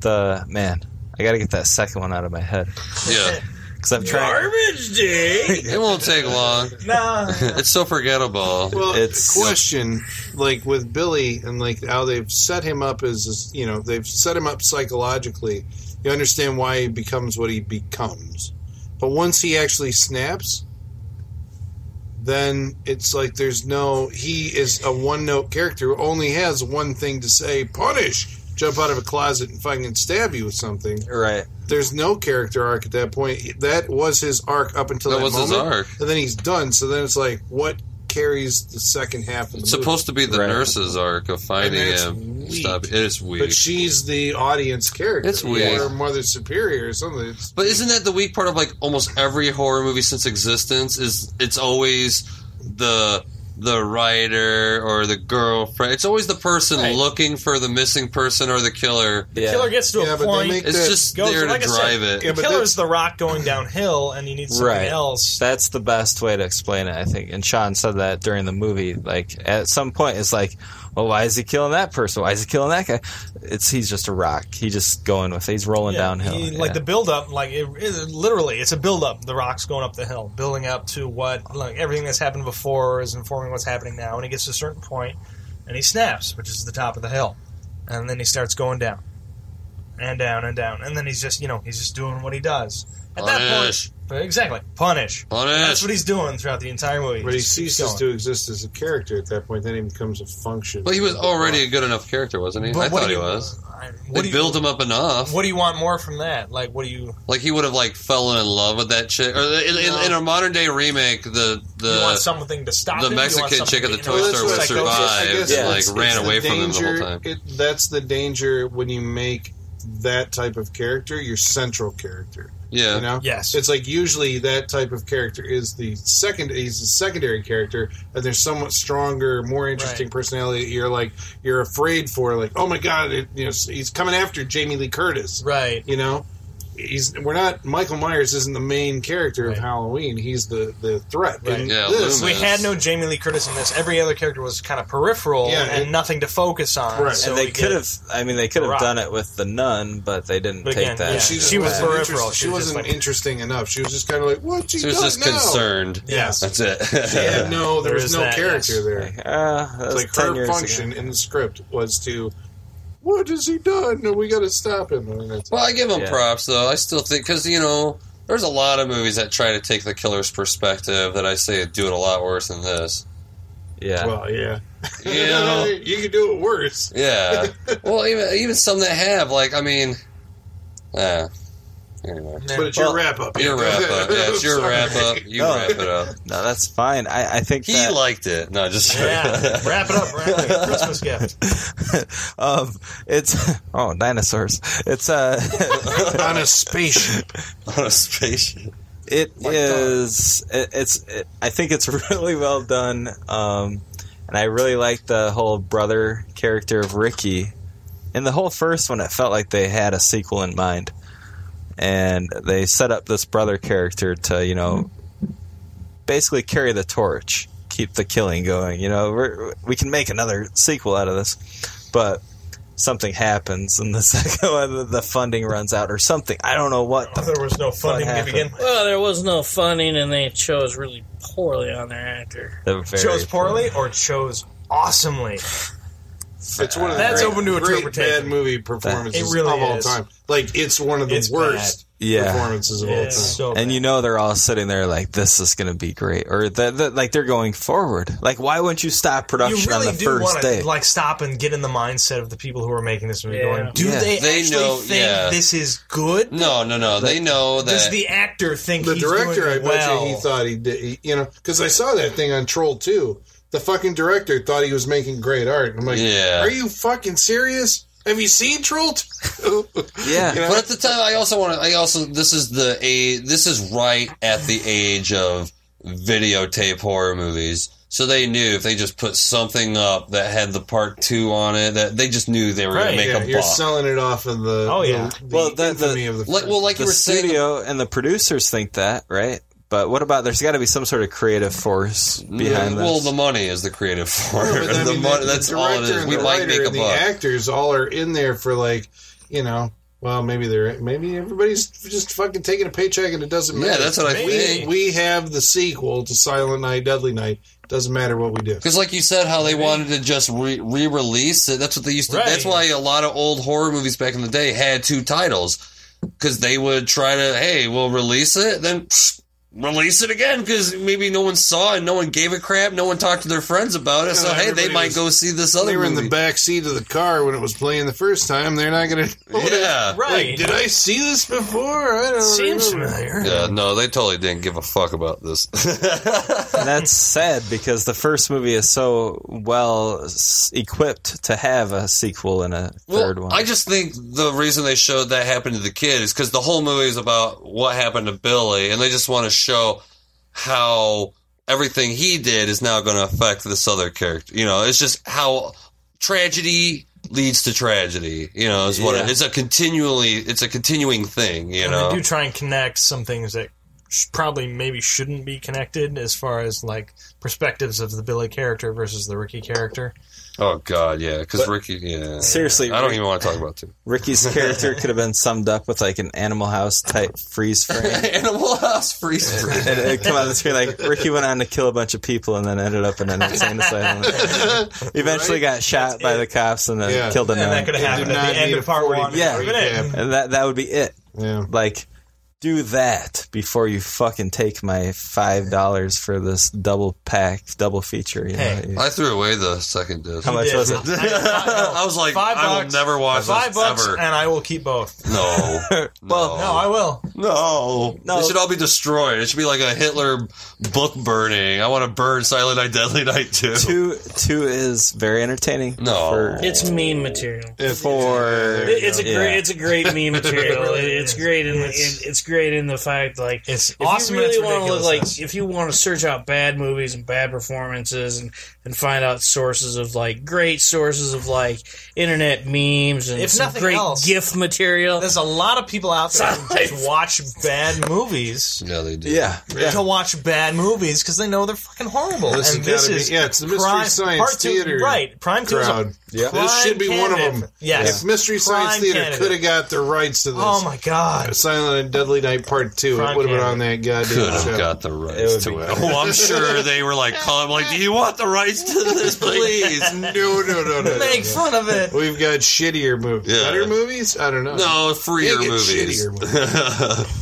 the man. I gotta get that second one out of my head. Yeah. Because I'm trying. Garbage day. It won't take long. Nah. it's so forgettable. Well, It's- question like with Billy and like how they've set him up as you know they've set him up psychologically. You understand why he becomes what he becomes, but once he actually snaps, then it's like there's no he is a one note character who only has one thing to say: punish, jump out of a closet and fucking stab you with something. Right. There's no character arc at that point. That was his arc up until that, That was his moment, arc. and then he's done. So then it's like, what carries the second half of the It's supposed to be the nurse's arc of finding And it's him. weak. Stop. It is movie? weak. But she's the audience character. It's weird. Or Mother Superior or something. It's, But isn't that the weak part of like almost every horror movie since existence? Is it's always the the writer or the girlfriend? It's always the person Right. looking for the missing person or the killer. Yeah. Killer gets to Yeah, a but they point. make- It's That just goes- there to like I said, drive it. Yeah, The but killer is the rock going downhill, and he needs something Right. else. That's the best way to explain it, I think. And Sean said that during the movie. Like at some point, it's like, well, why is he killing that person? Why is he killing that guy? It's he's just a rock. He just going with. He's rolling Yeah, downhill. he- like the build up, like it, it- literally, it's a build up. The rock's going up the hill, building up to what like everything that's happened before is informing what's happening now. And he gets to a certain point, and he snaps, which is the top of the hill, and then he starts going down, and down and down, and then he's just you know he's just doing what he does at Punish. that point. Exactly, punish. That's Punish. what he's doing throughout the entire movie. but he just keeps ceases going. to exist as a character at that point. Then he becomes a function. But he was already a good enough character, wasn't he? But I what thought do you- he was. I- They What do you built him up enough. What do you want more from that? Like, what do you? Like he would have like fell in love with that chick. Or in, No. in, in our modern day remake, the you want the something to stop the him? You want Mexican something chick at to the interrupt toy his store would psychosis? survive and Yeah, like it's- ran away from him the whole time. It, that's the danger when you make that type of character your central character. Yeah. You know, Yes. It's like usually that type of character is the second. He's the secondary character, and there's somewhat stronger, more interesting Right. personality. That you're like you're afraid for, like oh my god, it, you know, he's coming after Jamie Lee Curtis. Right. You know, he's we're not Michael Myers isn't the main character of Halloween. He's the the threat. Right. In Yeah, this, Loomis. We had no Jamie Lee Curtis in this. Every other character was kind of peripheral Yeah, and it- nothing to focus on. Right. So and they we could get- have. I mean, they could have rock. done it with the nun, but they didn't But take again, that. yeah. she, just She was wasn't peripheral. interest- She, She was just wasn't like- interesting enough. She was just kind of like, "What she, She was done just now?" concerned. Yes. That's it. Yeah, no, there, There was is no that, character yes. there. Like, ah, that It's was like ten her years ago. function in the script was to, "What has he done? No, we got to stop him." I mean, that's- Well, I give him Yeah. props though. I still think because you know there's a lot of movies that try to take the killer's perspective that I say do it a lot worse than this. Yeah. well, yeah, You know, you can do it worse. yeah. Well, even even some that have like I mean, yeah. Anyway, Yeah. But it's Well, your wrap up. your wrap up. Yeah, it's your Sorry. wrap up. You No. wrap it up. no, that's fine. I, I think He that, liked it. No, just yeah. wrap it up. Wrap it up. Christmas gift. um, it's oh dinosaurs. It's uh, on a spaceship. on a spaceship. It is. It, it's. It, I think it's really well done, um, and I really like the whole brother character of Ricky. In the whole first one, it felt like they had a sequel in mind, and they set up this brother character to, you know, basically carry the torch, keep the killing going. You know, We're, we can make another sequel out of this, but something happens, and the second one, the funding runs out or something. I don't know what the There was no funding to happened. begin with. Well, there was no funding, and they chose really poorly on their actor. the very Chose poorly or chose awesomely? It's one of the That's great, open to great interpretation. bad movie performances It really of all is. time. Like it's one of the It's worst Yeah. performances of all time. and you know they're all sitting there like this is going to be great, or the, the, like they're going forward. Like why wouldn't you stop production you really on the do first want day? to like stop and get in the mindset of the people who are making this movie. Yeah. Going, do Yeah. they, They actually know- think yeah. this is good? No, no, no. They know that. Does the actor think the he's director, I doing bet well? you he thought he did. He, you know, because I saw that thing on Troll Two. The fucking director thought he was making great art. I'm like, Yeah. are you fucking serious? Have you seen Troll Two? yeah, You know? But at the time, I also want to. I also this is the a this is right at the age of videotape horror movies. So they knew if they just put something up that had the part two on it, that they just knew they were Right, going to yeah, make you're a bomb. selling it off of the Oh, yeah. the, Well, well the, the- the- infamy of the Like, well, like the you were saying, studio and the producers think that, right? But what about there's got to be some sort of creative force behind this? well, the money is the creative force. But I the mean, money, that's all it director is. and We the might writer make a and the buck. actors all are in there for like, you know, well, maybe they're maybe everybody's just fucking taking a paycheck and it doesn't Yeah, matter. that's what I we, think. We have the sequel to Silent Night, Deadly Night. Doesn't matter what we do. Because, like you said, how they wanted to just re- re-release it. That's what they used to. Right. That's why a lot of old horror movies back in the day had two titles, because they would try to, hey, we'll release it, then psh, release it again, because maybe no one saw it, no one gave a crap, no one talked to their friends about it. so Yeah, hey, they everybody might was- go see this other They were in movie. the back seat of the car when it was playing the first time. They're not going to. yeah. Like, right. did I see this before? I don't Seems remember. familiar. Yeah, no, they totally didn't give a fuck about this. And that's sad because the first movie is so well s- equipped to have a sequel and a third one. I just think the reason they showed that happened to the kid is because the whole movie is about what happened to Billy, and they just want to show how everything he did is now going to affect this other character. You know, it's just how tragedy leads to tragedy. You know, is what it- Yeah. it's a continually it's a continuing thing. You And know, they do try and connect some things that sh- probably maybe shouldn't be connected as far as like perspectives of the Billy character versus the Ricky character. oh god, yeah, because Ricky, yeah, Seriously, I don't Rick- even want to talk about it. Ricky's character could have been summed up with like an Animal House type freeze frame. Animal House freeze frame. And it'd come out on the screen like Ricky went on to kill a bunch of people and then ended up in an insane asylum. Eventually got shot by the cops and then Yeah. killed And that another. could have They happened did at not the end need of a part 40 one. That Yeah. would've been it. And that that would be it. Yeah. Like, do that before you fucking take my five dollars for this double pack, double feature. You know? Hey. I threw away the second disc. How much did. was it? I was like, Five I will bucks. never watch Five this bucks, ever. Oh. and I will keep both. No. Well, No, I will. No. No. They should all be destroyed. It should be like a Hitler book burning. I want to burn Silent Night, Deadly Night too. two two is very entertaining. No. for, It's meme material. for It- It's a Yeah. great, it's a great meme material. really It- it's is. great in the, It's- it, it's great in the fact like It's if awesome. you really and it's want to look like ridiculousness. if you want to search out bad movies and bad performances and, and find out sources of like great sources of like internet memes and If some nothing great else- GIF material. there's a lot of people out there who just watch bad movies Yeah, they do. yeah, yeah. to watch bad movies because they know they're fucking horrible. This and has this gotta be- is yeah, it's the Mystery Science part two, Theater right? Prime two is a Crowd. Yeah. prime This should be one of candidate. them. Yes. If Mystery Science Prime Theater candidate. could have got the rights to this, Oh my god. Silent and Deadly Night Part Two, Prime it would have been on that Could goddamn have show. got the It would rights be- to it. Oh, I'm sure they were like calling, like, "Do you want the rights to this, please?" No, no, no, no. Make no. fun of it. We've got shittier movies. Yeah. Better movies? I don't know. No, freer They get movies. shittier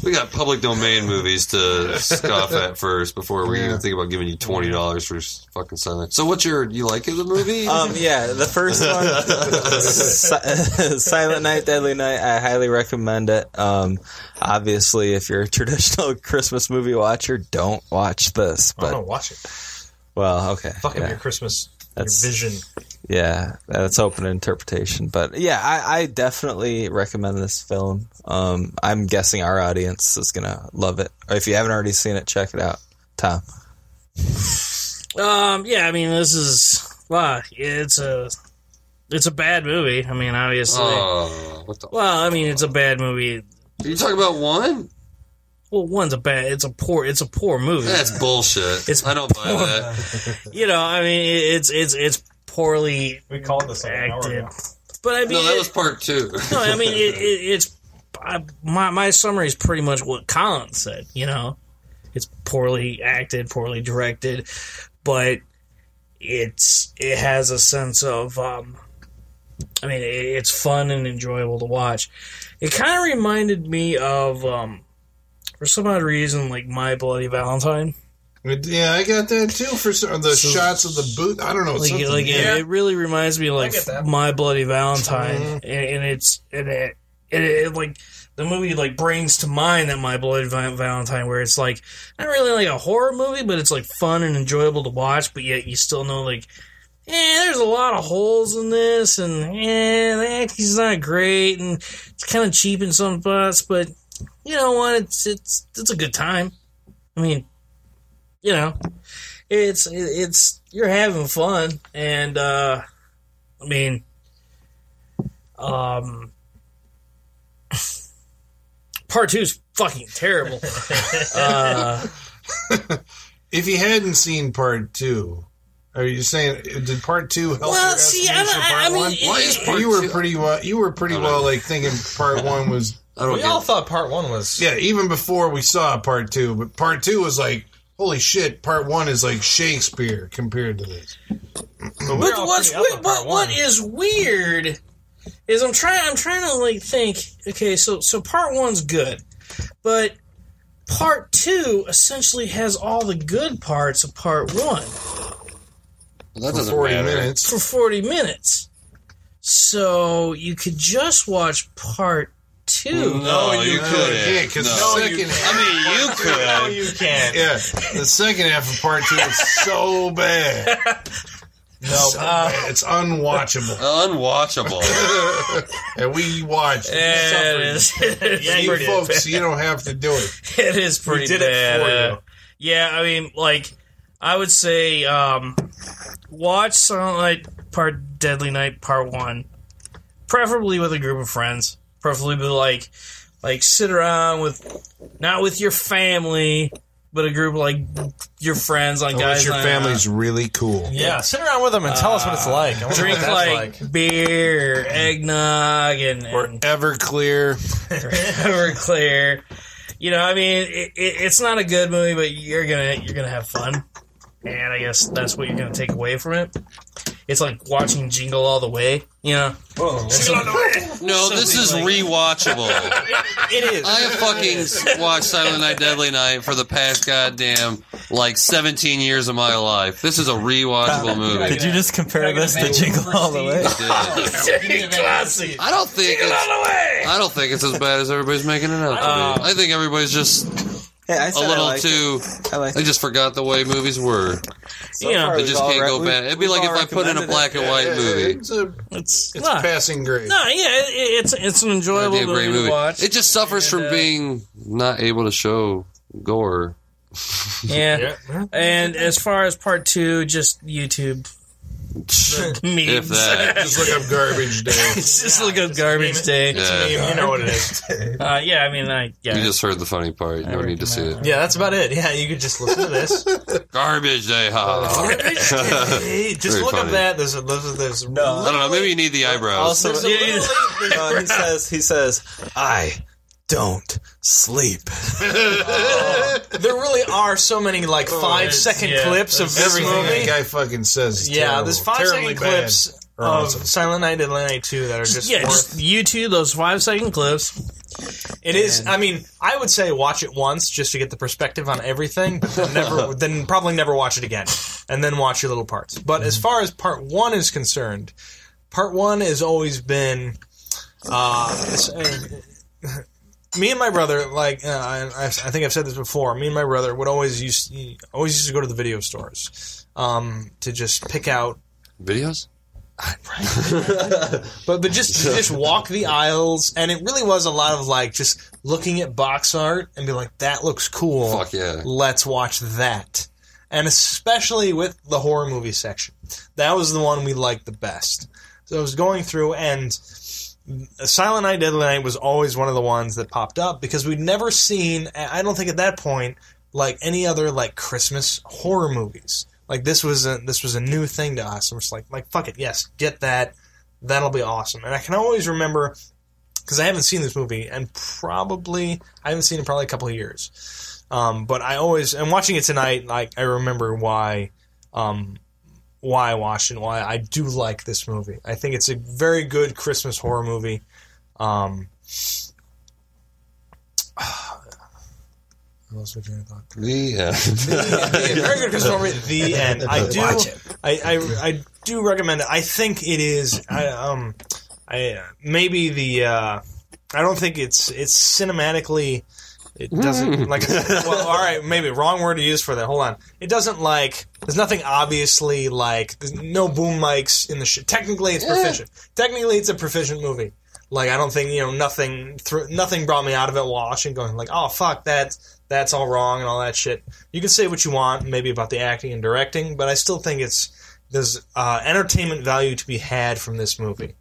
we got public domain movies to scoff at first before we even think about giving you twenty dollars for s- fucking Silent. So, what's your? You like it, the movie? Um, yeah, the first one, Si- Silent Night, Deadly Night. I highly recommend it. Um, obviously, if you're a traditional Christmas movie watcher, don't watch this. I But Oh. don't watch it. well, okay, Fuck up yeah, your Christmas, That's- your vision. yeah, that's open to interpretation. But yeah, I, I definitely recommend this film. Um, I'm guessing our audience is gonna love it. Or if you haven't already seen it, check it out, Tom. Um, yeah, I mean this is wow, it's a it's a bad movie. I mean obviously. Oh, what the? Well, I mean it's a bad movie. You talking about one? Well, one's a bad. It's a poor. It's a poor movie. That's bullshit. It's I don't buy that. You know, I mean it- it's it's it's poorly We called this like an hour acted. ago. But I mean, No, that it- was part two. No, I mean it, it, it's I, my my summary is pretty much what Colin said. You know, it's poorly acted, poorly directed, but it's it has a sense of um, I mean, it, it's fun and enjoyable to watch. It kind of reminded me of, um, for some odd reason, like My Bloody Valentine. Yeah, I got that too for some, the shots of the boot. I don't know. Like, something- like, yeah. it, it really reminds me of, like get that. My Bloody Valentine, and, and it's and it, and it, like the movie like brings to mind that My Bloody Va- Valentine, where it's like not really like a horror movie, but it's like fun and enjoyable to watch, but yet you still know like. Eh, there's a lot of holes in this, and eh, the acting's not great, and it's kind of cheap in some spots. But you know what? It's it's it's a good time. I mean, you know, it's it's you're having fun, and uh, I mean, um, part two's fucking terrible. uh, if you hadn't seen part two, are you saying did part two help? Well, your see, estimation of I- I- part I mean, one? it- Why is you were part two- pretty well. You were pretty well like thinking part one was. we all thought part one was. Yeah, even before we saw part two, but part two was like, holy shit! Part one is like Shakespeare compared to this. but what's we- what, what is weird is I'm trying I'm trying to like think. Okay, so so part one's good, but part two essentially has all the good parts of part one. Well, that For doesn't 40 matter. minutes. for 40 minutes. So you could just watch part Mm, two. No, Oh, you, couldn't. Uh, Yeah, because No, the you- second half, I mean, you No, could. you can't. yeah, the second half of part two is so bad. No, So bad. It's unwatchable, Unwatchable. and we watched. We Yeah, suffered. it is. It is Yeah, you you pretty folks, you don't have to do it. bad. It is pretty We did it bad. for Uh, you. yeah, I mean, like, I would say um, watch Silent Night Part Deadly Night Part One, preferably with a group of friends. Preferably, with like, like sit around with not with your family, but a group of, like your friends, like guys. Night Out. really cool. Yeah, sit around with them and tell us what it's like. I wonder drink what that's like, beer, eggnog, and, Or and Everclear. Everclear. You know, I mean, it, it, it's not a good movie, but you're gonna you're gonna have fun, and I guess that's what you're gonna take away from it. It's like watching Jingle All the Way. You know, No, this is rewatchable. It is. I have fucking s- watched Silent Night, Deadly Night for the past goddamn like 17 years of my life. This is a rewatchable movie. Did you just compare this to Jingle All the Way? classic. I don't think it's, All the way. I don't think it's as bad as everybody's making it out to be. I think everybody's just Yeah, I a said I little liked it. too. I like They just forgot the way movies were. you know, far They we've just all can't re- go we've- back. It'd be we've like all if I put in a recommended black and white movie. It's a it's, it's not. passing grade. No, yeah, it, it- it's it's an That'd enjoyable be a movie, great movie. to watch. It just suffers from uh, being not able to show gore. yeah. And as far as part two, just YouTube memes. if that. Just look up garbage day. it's just like a garbage day. Yeah. like. You know what it is. Uh, yeah, I mean, I yeah. You just heard the funny part. No need to see it. Yeah, that's about it. Yeah, you could just listen to this. Garbage day, ha. ha. Hey, just Very look up funny. that. There's a, there's, there's I No. don't know. Maybe you need the eyebrows. Also, Yeah, yeah. no, he says he says I don't sleep. there really are so many like five second yeah, clips of this Everything movie. that guy fucking says is yeah, terrible. there's five Terribly second bad. clips Or of awesome. Silent Night and Night Two that are just yeah, worth. just YouTube those five second clips. it is. I mean, I would say watch it once just to get the perspective on everything, but then never, then probably never watch it again, and then watch your little parts. But Mm-hmm. as far as part one is concerned, part one has always been. Uh, it's- uh, me and my brother, like uh, I, I I think I've said this before, me and my brother would always used always used to go to the video stores um, to just pick out Videos? but but just just walk the aisles, and it really was a lot of like just looking at box art and be like, that looks cool. Fuck yeah. let's watch that. And especially with the horror movie section, that was the one we liked the best. So I was going through, and Silent Night, Deadly Night was always one of the ones that popped up because we'd never seen. I don't think at that point like any other like Christmas horror movies. Like this was a this was a new thing to us. And we're just like like fuck it, yes, get that. That'll be awesome. And I can always remember because I haven't seen this movie and probably I haven't seen it in probably a couple of years. Um, but I always and watching it tonight, like I remember why um, why Wash and why I do like this movie. I think it's a very good Christmas horror movie. Um, what else would you thought? The Yeah, very good Christmas horror movie. The end. I do. Watch it. I, I I do recommend it. I think it is. I um, I uh, maybe the. Uh, I don't think it's it's cinematically. It doesn't like. Well, all right, maybe wrong word to use for that. Hold on. It doesn't like. There's nothing obviously like. There's no boom mics in the shit. Technically, it's proficient. Technically, it's a proficient movie. Like I don't think you know nothing. Thr- nothing brought me out of it watching, going like, oh fuck that. That's all wrong and all that shit. You can say what you want, maybe about the acting and directing, but I still think it's there's uh, entertainment value to be had from this movie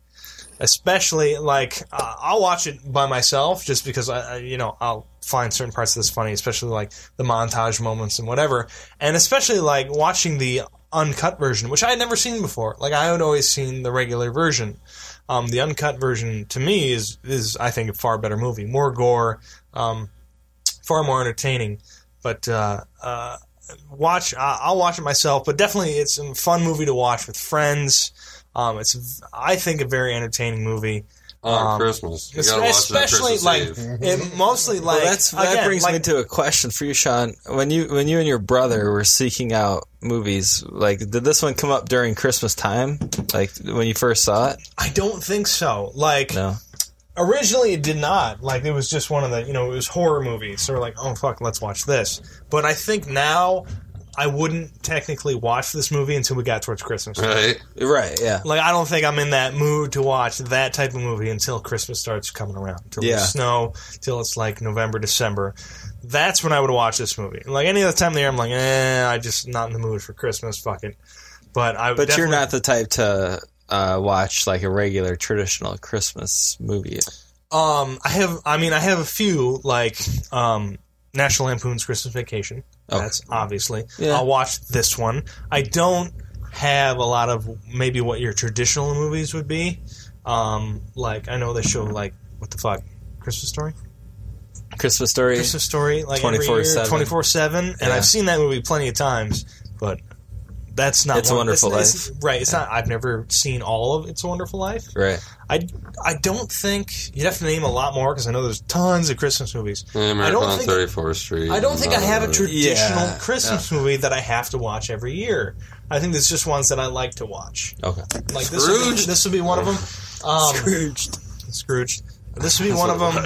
especially like uh, I'll watch it by myself just because I, I you know I'll find certain parts of this funny, especially like the montage moments and whatever, and especially like watching the uncut version, which I had never seen before. Like I had always seen the regular version. Um, the uncut version to me is is I think a far better movie, more gore, um, far more entertaining. But uh, uh, watch, I- I'll watch it myself. But definitely, it's a fun movie to watch with friends. Um, it's, v- I think, a very entertaining movie. on Um, Christmas. You gotta watch especially it on like Christmas Eve. it mostly like Well, that's, that again, brings like, me to a question for you, Sean. When you when you and your brother were seeking out movies, like did this one come up during Christmas time? Like when you first saw it? I don't think so. Like No. originally it did not. Like it was just one of the you know it was horror movies. So we're like, oh fuck, let's watch this. But I think now I wouldn't technically watch this movie until we got towards Christmas. Right. Right. Yeah. Like I don't think I'm in that mood to watch that type of movie until Christmas starts coming around, till Yeah. the snow, till it's like November, December. That's when I would watch this movie. Like any other time of the year, I'm like, eh, I just not in the mood for Christmas, fucking. But I. But you're definitely- not the type to uh, watch like a regular traditional Christmas movie. Um, I have. I mean, I have a few like um, National Lampoon's Christmas Vacation. Oh. That's obviously. Yeah. I'll watch this one. I don't have a lot of maybe what your traditional movies would be. Um, like I know they show like what the fuck Christmas Story. Christmas story. Christmas Story like every year 24/7. twenty four seven, and Yeah. I've seen that movie plenty of times, but. That's not. It's a one- Wonderful it's- right? It's not. I've never seen all of It's a Wonderful Life. Right. I, I don't think you'd have to name a lot more because I know there's tons of Christmas movies. I American don't on think- 34th Street. I don't think I have a traditional Uh, Yeah, Christmas movie that I have to watch every year. I think there's just ones that I like to watch. Okay. Like this would, be, Scrooged. this would be one of them. Um, Scrooged. Scrooged. This would be one of them.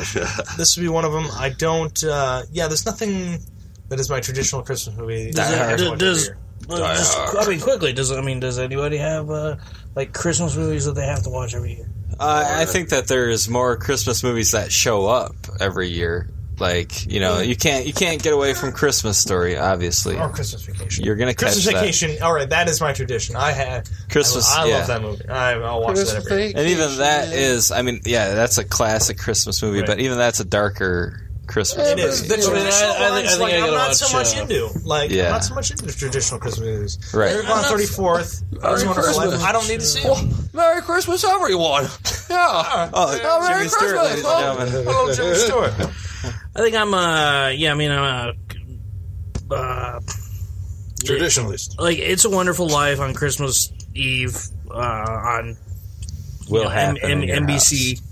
This would be one of them. I don't. Uh, yeah, there's nothing that is my traditional Christmas movie. Die that I have to Hard. watch Does- every year. Well, Uh, just- I mean, quickly. Does I mean, does anybody have uh, like Christmas movies that they have to watch every year? Uh, I think that there's more Christmas movies that show up every year. Like you know, you can't you can't get away from Christmas story. Obviously, or Christmas Vacation. you're gonna catch Christmas that. Vacation. All right, that is my tradition. I have Christmas, I, I yeah. love that movie. I, I'll watch that every year. And even that is, I mean, yeah, that's a classic Christmas movie, Right. but even that's a darker Christmas It movie. is. The Yeah, but I- traditional I think- I ones, think like, I I'm gotta not watch, so much uh, into. Like, Yeah. I'm not so much into traditional Christmas movies. Right. Miracle on 34th. It's Wonderful Life. I don't need to see it. Merry Christmas, everyone. Yeah. Oh, Oh, Merry Jimmy Stewart, ladies and Christmas. gentlemen. Hello, Jimmy Stewart. I think I'm. Uh, yeah, I mean, I'm. Uh, uh, Traditionalist. like it's a Wonderful Life on Christmas Eve uh, on Will know, happen. M- in your M- NBC. house.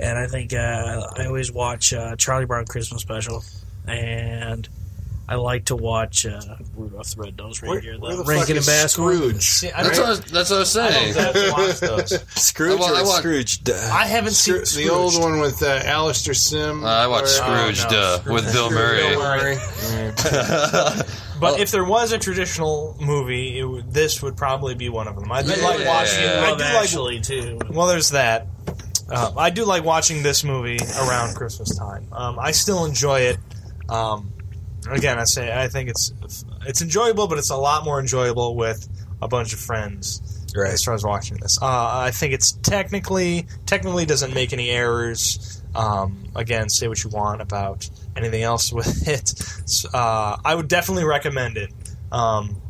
And I think uh, I always watch uh, Charlie Brown Christmas Special, and I like to watch uh, Rudolph the Red Nosed Reindeer. where The the fuck Rankin and is Bass one. Scrooge. See, I, That's don't, what, I was- that's what I was I saying. don't have to watch those. Scrooge I wa- I or wa- Scrooge? Duh. I haven't seen The old one with uh, Alistair Sim. Uh, I watched Or- Scrooge Oh, no, duh, Scrooge. with Bill Scrooge, Murray. Bill Murray. But if there was a traditional movie, it would, this would probably be one of them. I do Yeah. like watching. I Love do like Actually, too. Well, there's that. Um, I do like watching this movie around Christmas time. Um, I still enjoy it. Um, again, I say I think it's it's enjoyable, but it's a lot more enjoyable with a bunch of friends. Right. As far as watching this, uh, I think it's technically technically doesn't make any errors. Um, again, say what you want about anything else with it. S- Uh, I would definitely recommend it. Um,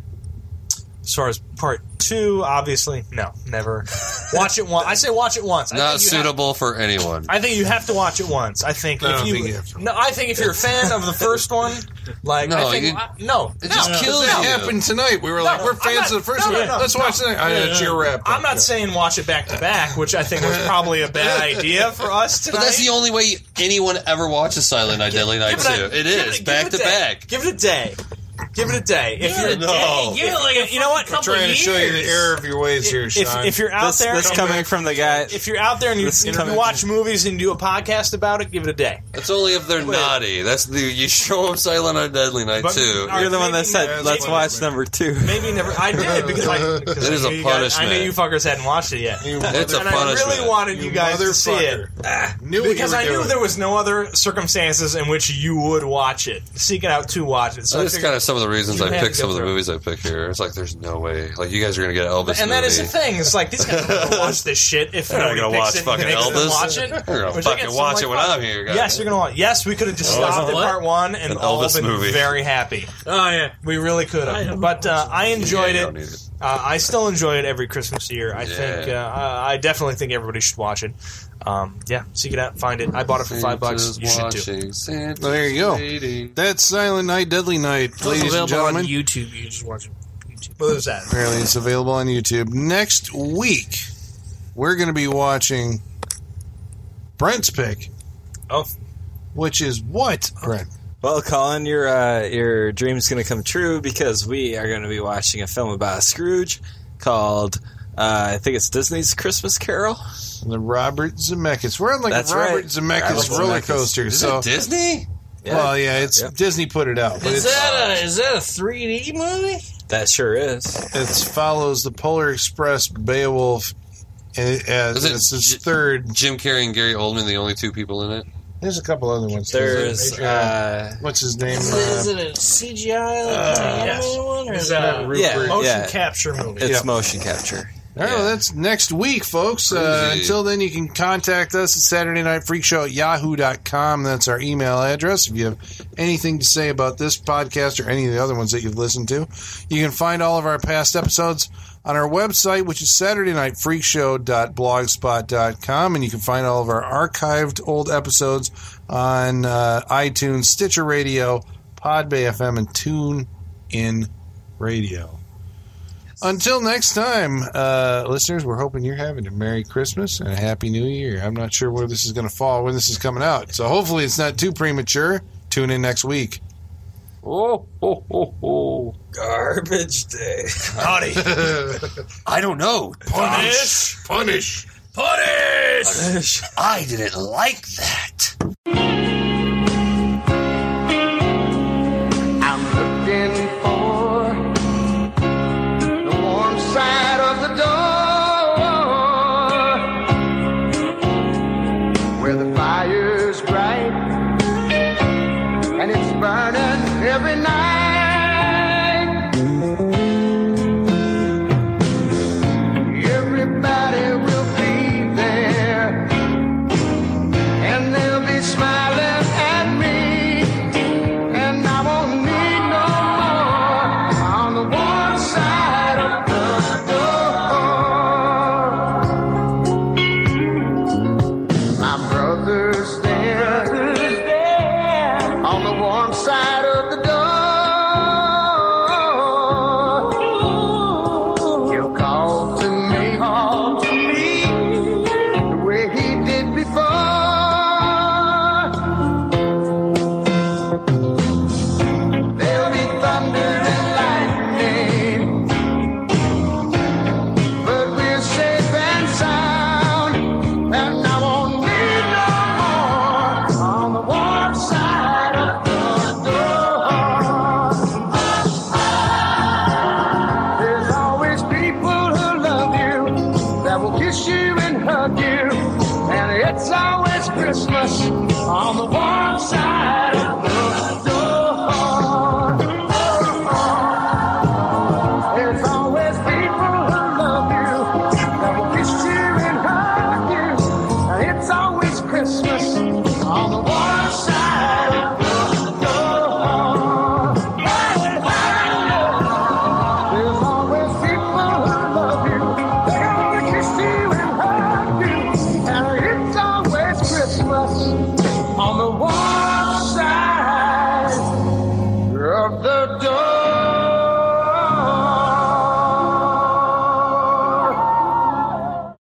as far as part two, obviously, no, never. Watch it once. I say watch it once. I Not think you have- suitable for anyone. I think you have to watch it once. I think I if don't you, think you have no, I think if you're a fan of the first one, like No, I think, you- I- no, it no, just kills no. you. happened tonight. We were like, we're fans I'm not- of the first no, no, one. no, Let's no. watch tonight. I had a cheer wrap. I'm not saying watch it back to back, which I think was probably a bad idea for us tonight. But that's the only way anyone ever watches Silent Night, Deadly Night Give it Two. a- It give is give back a to day. back. Give it a day. Give it a day. If Give you're it a day. No. Give it like a you know what? fucking I'm trying to couple show you the years. error of your ways here, If, Sean. if you're out That's, there, that's coming from the guy. if you're out there and you, This and if you coming- watch movies and do a podcast about it, give it a day. That's only if they're naughty. That's the you show them Silent Night, Deadly Night But- Two. all right. You're the one maybe that never- said, "Let's maybe watch number two. Maybe never. I did because I. Because It I is knew a you guys- I punishment. knew you fuckers hadn't watched it yet. You It's a and I really punishment. wanted you, You guys to see it Ah. motherfucker. knew what you because were I knew doing. there was no other circumstances in which you would watch it, seek it out to watch it. So I That's figured- kind of some of the reasons You I had picked to some go of the through. movies I pick here. It's like there's no way. Like you guys are gonna get Elvis. and that is the movie. thing. It's like these guys don't watch this shit. If They're not nobody gonna watch picks it, fucking and makes them Elvis. watch it. They're gonna Which I fucking guess I'm watch like, it when fuck. I'm here. guys. Yes, you're gonna watch. Yes, we could have just stopped at what? part one and An all Elvis been movie. very happy. Oh yeah. We really could I have, haven't but uh, I enjoyed Yeah, you it. don't need it. Uh, I still enjoy it every Christmas year. I Yeah. think uh, I I definitely think everybody should watch it. Um, yeah, seek it out, find it. I bought it for five bucks. Santa's You should too. watching, Santa's There you go. waiting. That's Silent Night, Deadly Night, It's also ladies and available on gentlemen. YouTube. You can just watch it. on YouTube. Well, there's that. Apparently, it's available on YouTube. Next week, we're going to be watching Brent's pick. Oh. Which is what, Brent? Well, Colin, your uh, your dream's going to come true because we are going to be watching a film about Scrooge called uh, I think it's Disney's Christmas Carol. The Robert Zemeckis. We're on like That's a Robert right. Zemeckis Robert roller Zemeckis. coaster. Is so, it Disney? Yeah, well, yeah, it's Yeah. Disney put it out, but Is it's, that uh, a is that a 3D movie? that sure is. it follows the Polar Express, Beowulf, and it- as Is it it's his J- third. Jim Carrey and Gary Oldman, the only two people in it. There's a couple other ones. There's uh, what's his name? Uh, Is, it- is it a CGI like, animated yes. one or Is Uh, is that- that? yeah, Motion yeah. capture movie. It's Yeah. motion capture. All right, well, Yeah. that's next week, folks. Uh, Crazy. until then, you can contact us at Saturday Night Freak Show at yahoo.com. That's our email address. If you have anything to say about this podcast or any of the other ones that you've listened to, you can find all of our past episodes on our website, which is Saturday Night Freak Show.blogspot.com. And you can find all of our archived old episodes on uh, iTunes, Stitcher Radio, Podbay FM, and Tune In Radio. Until next time, uh, listeners, we're hoping you're having a Merry Christmas and a Happy New Year. I'm not sure where this is going to fall, when this is coming out. So hopefully it's not too premature. Tune in next week. Oh, oh, oh, oh. Garbage day. Howdy. I don't know. Punish. Punish. Punish. I didn't like that. I'm looking for the warm side of the door where the fire's bright and it's burning every night. Everybody will be there and they'll be smiling at me. And I won't need no more on the one side of the door. My brother's there, on the warm side of the door. He'll call to me, call to me the way he did before. There'll be thunder and lightning. But we're safe and sound. And I won't need no more on the warm side of the door. There's always people who love you that will kiss you and hug you. And it's always Christmas on the warm side of the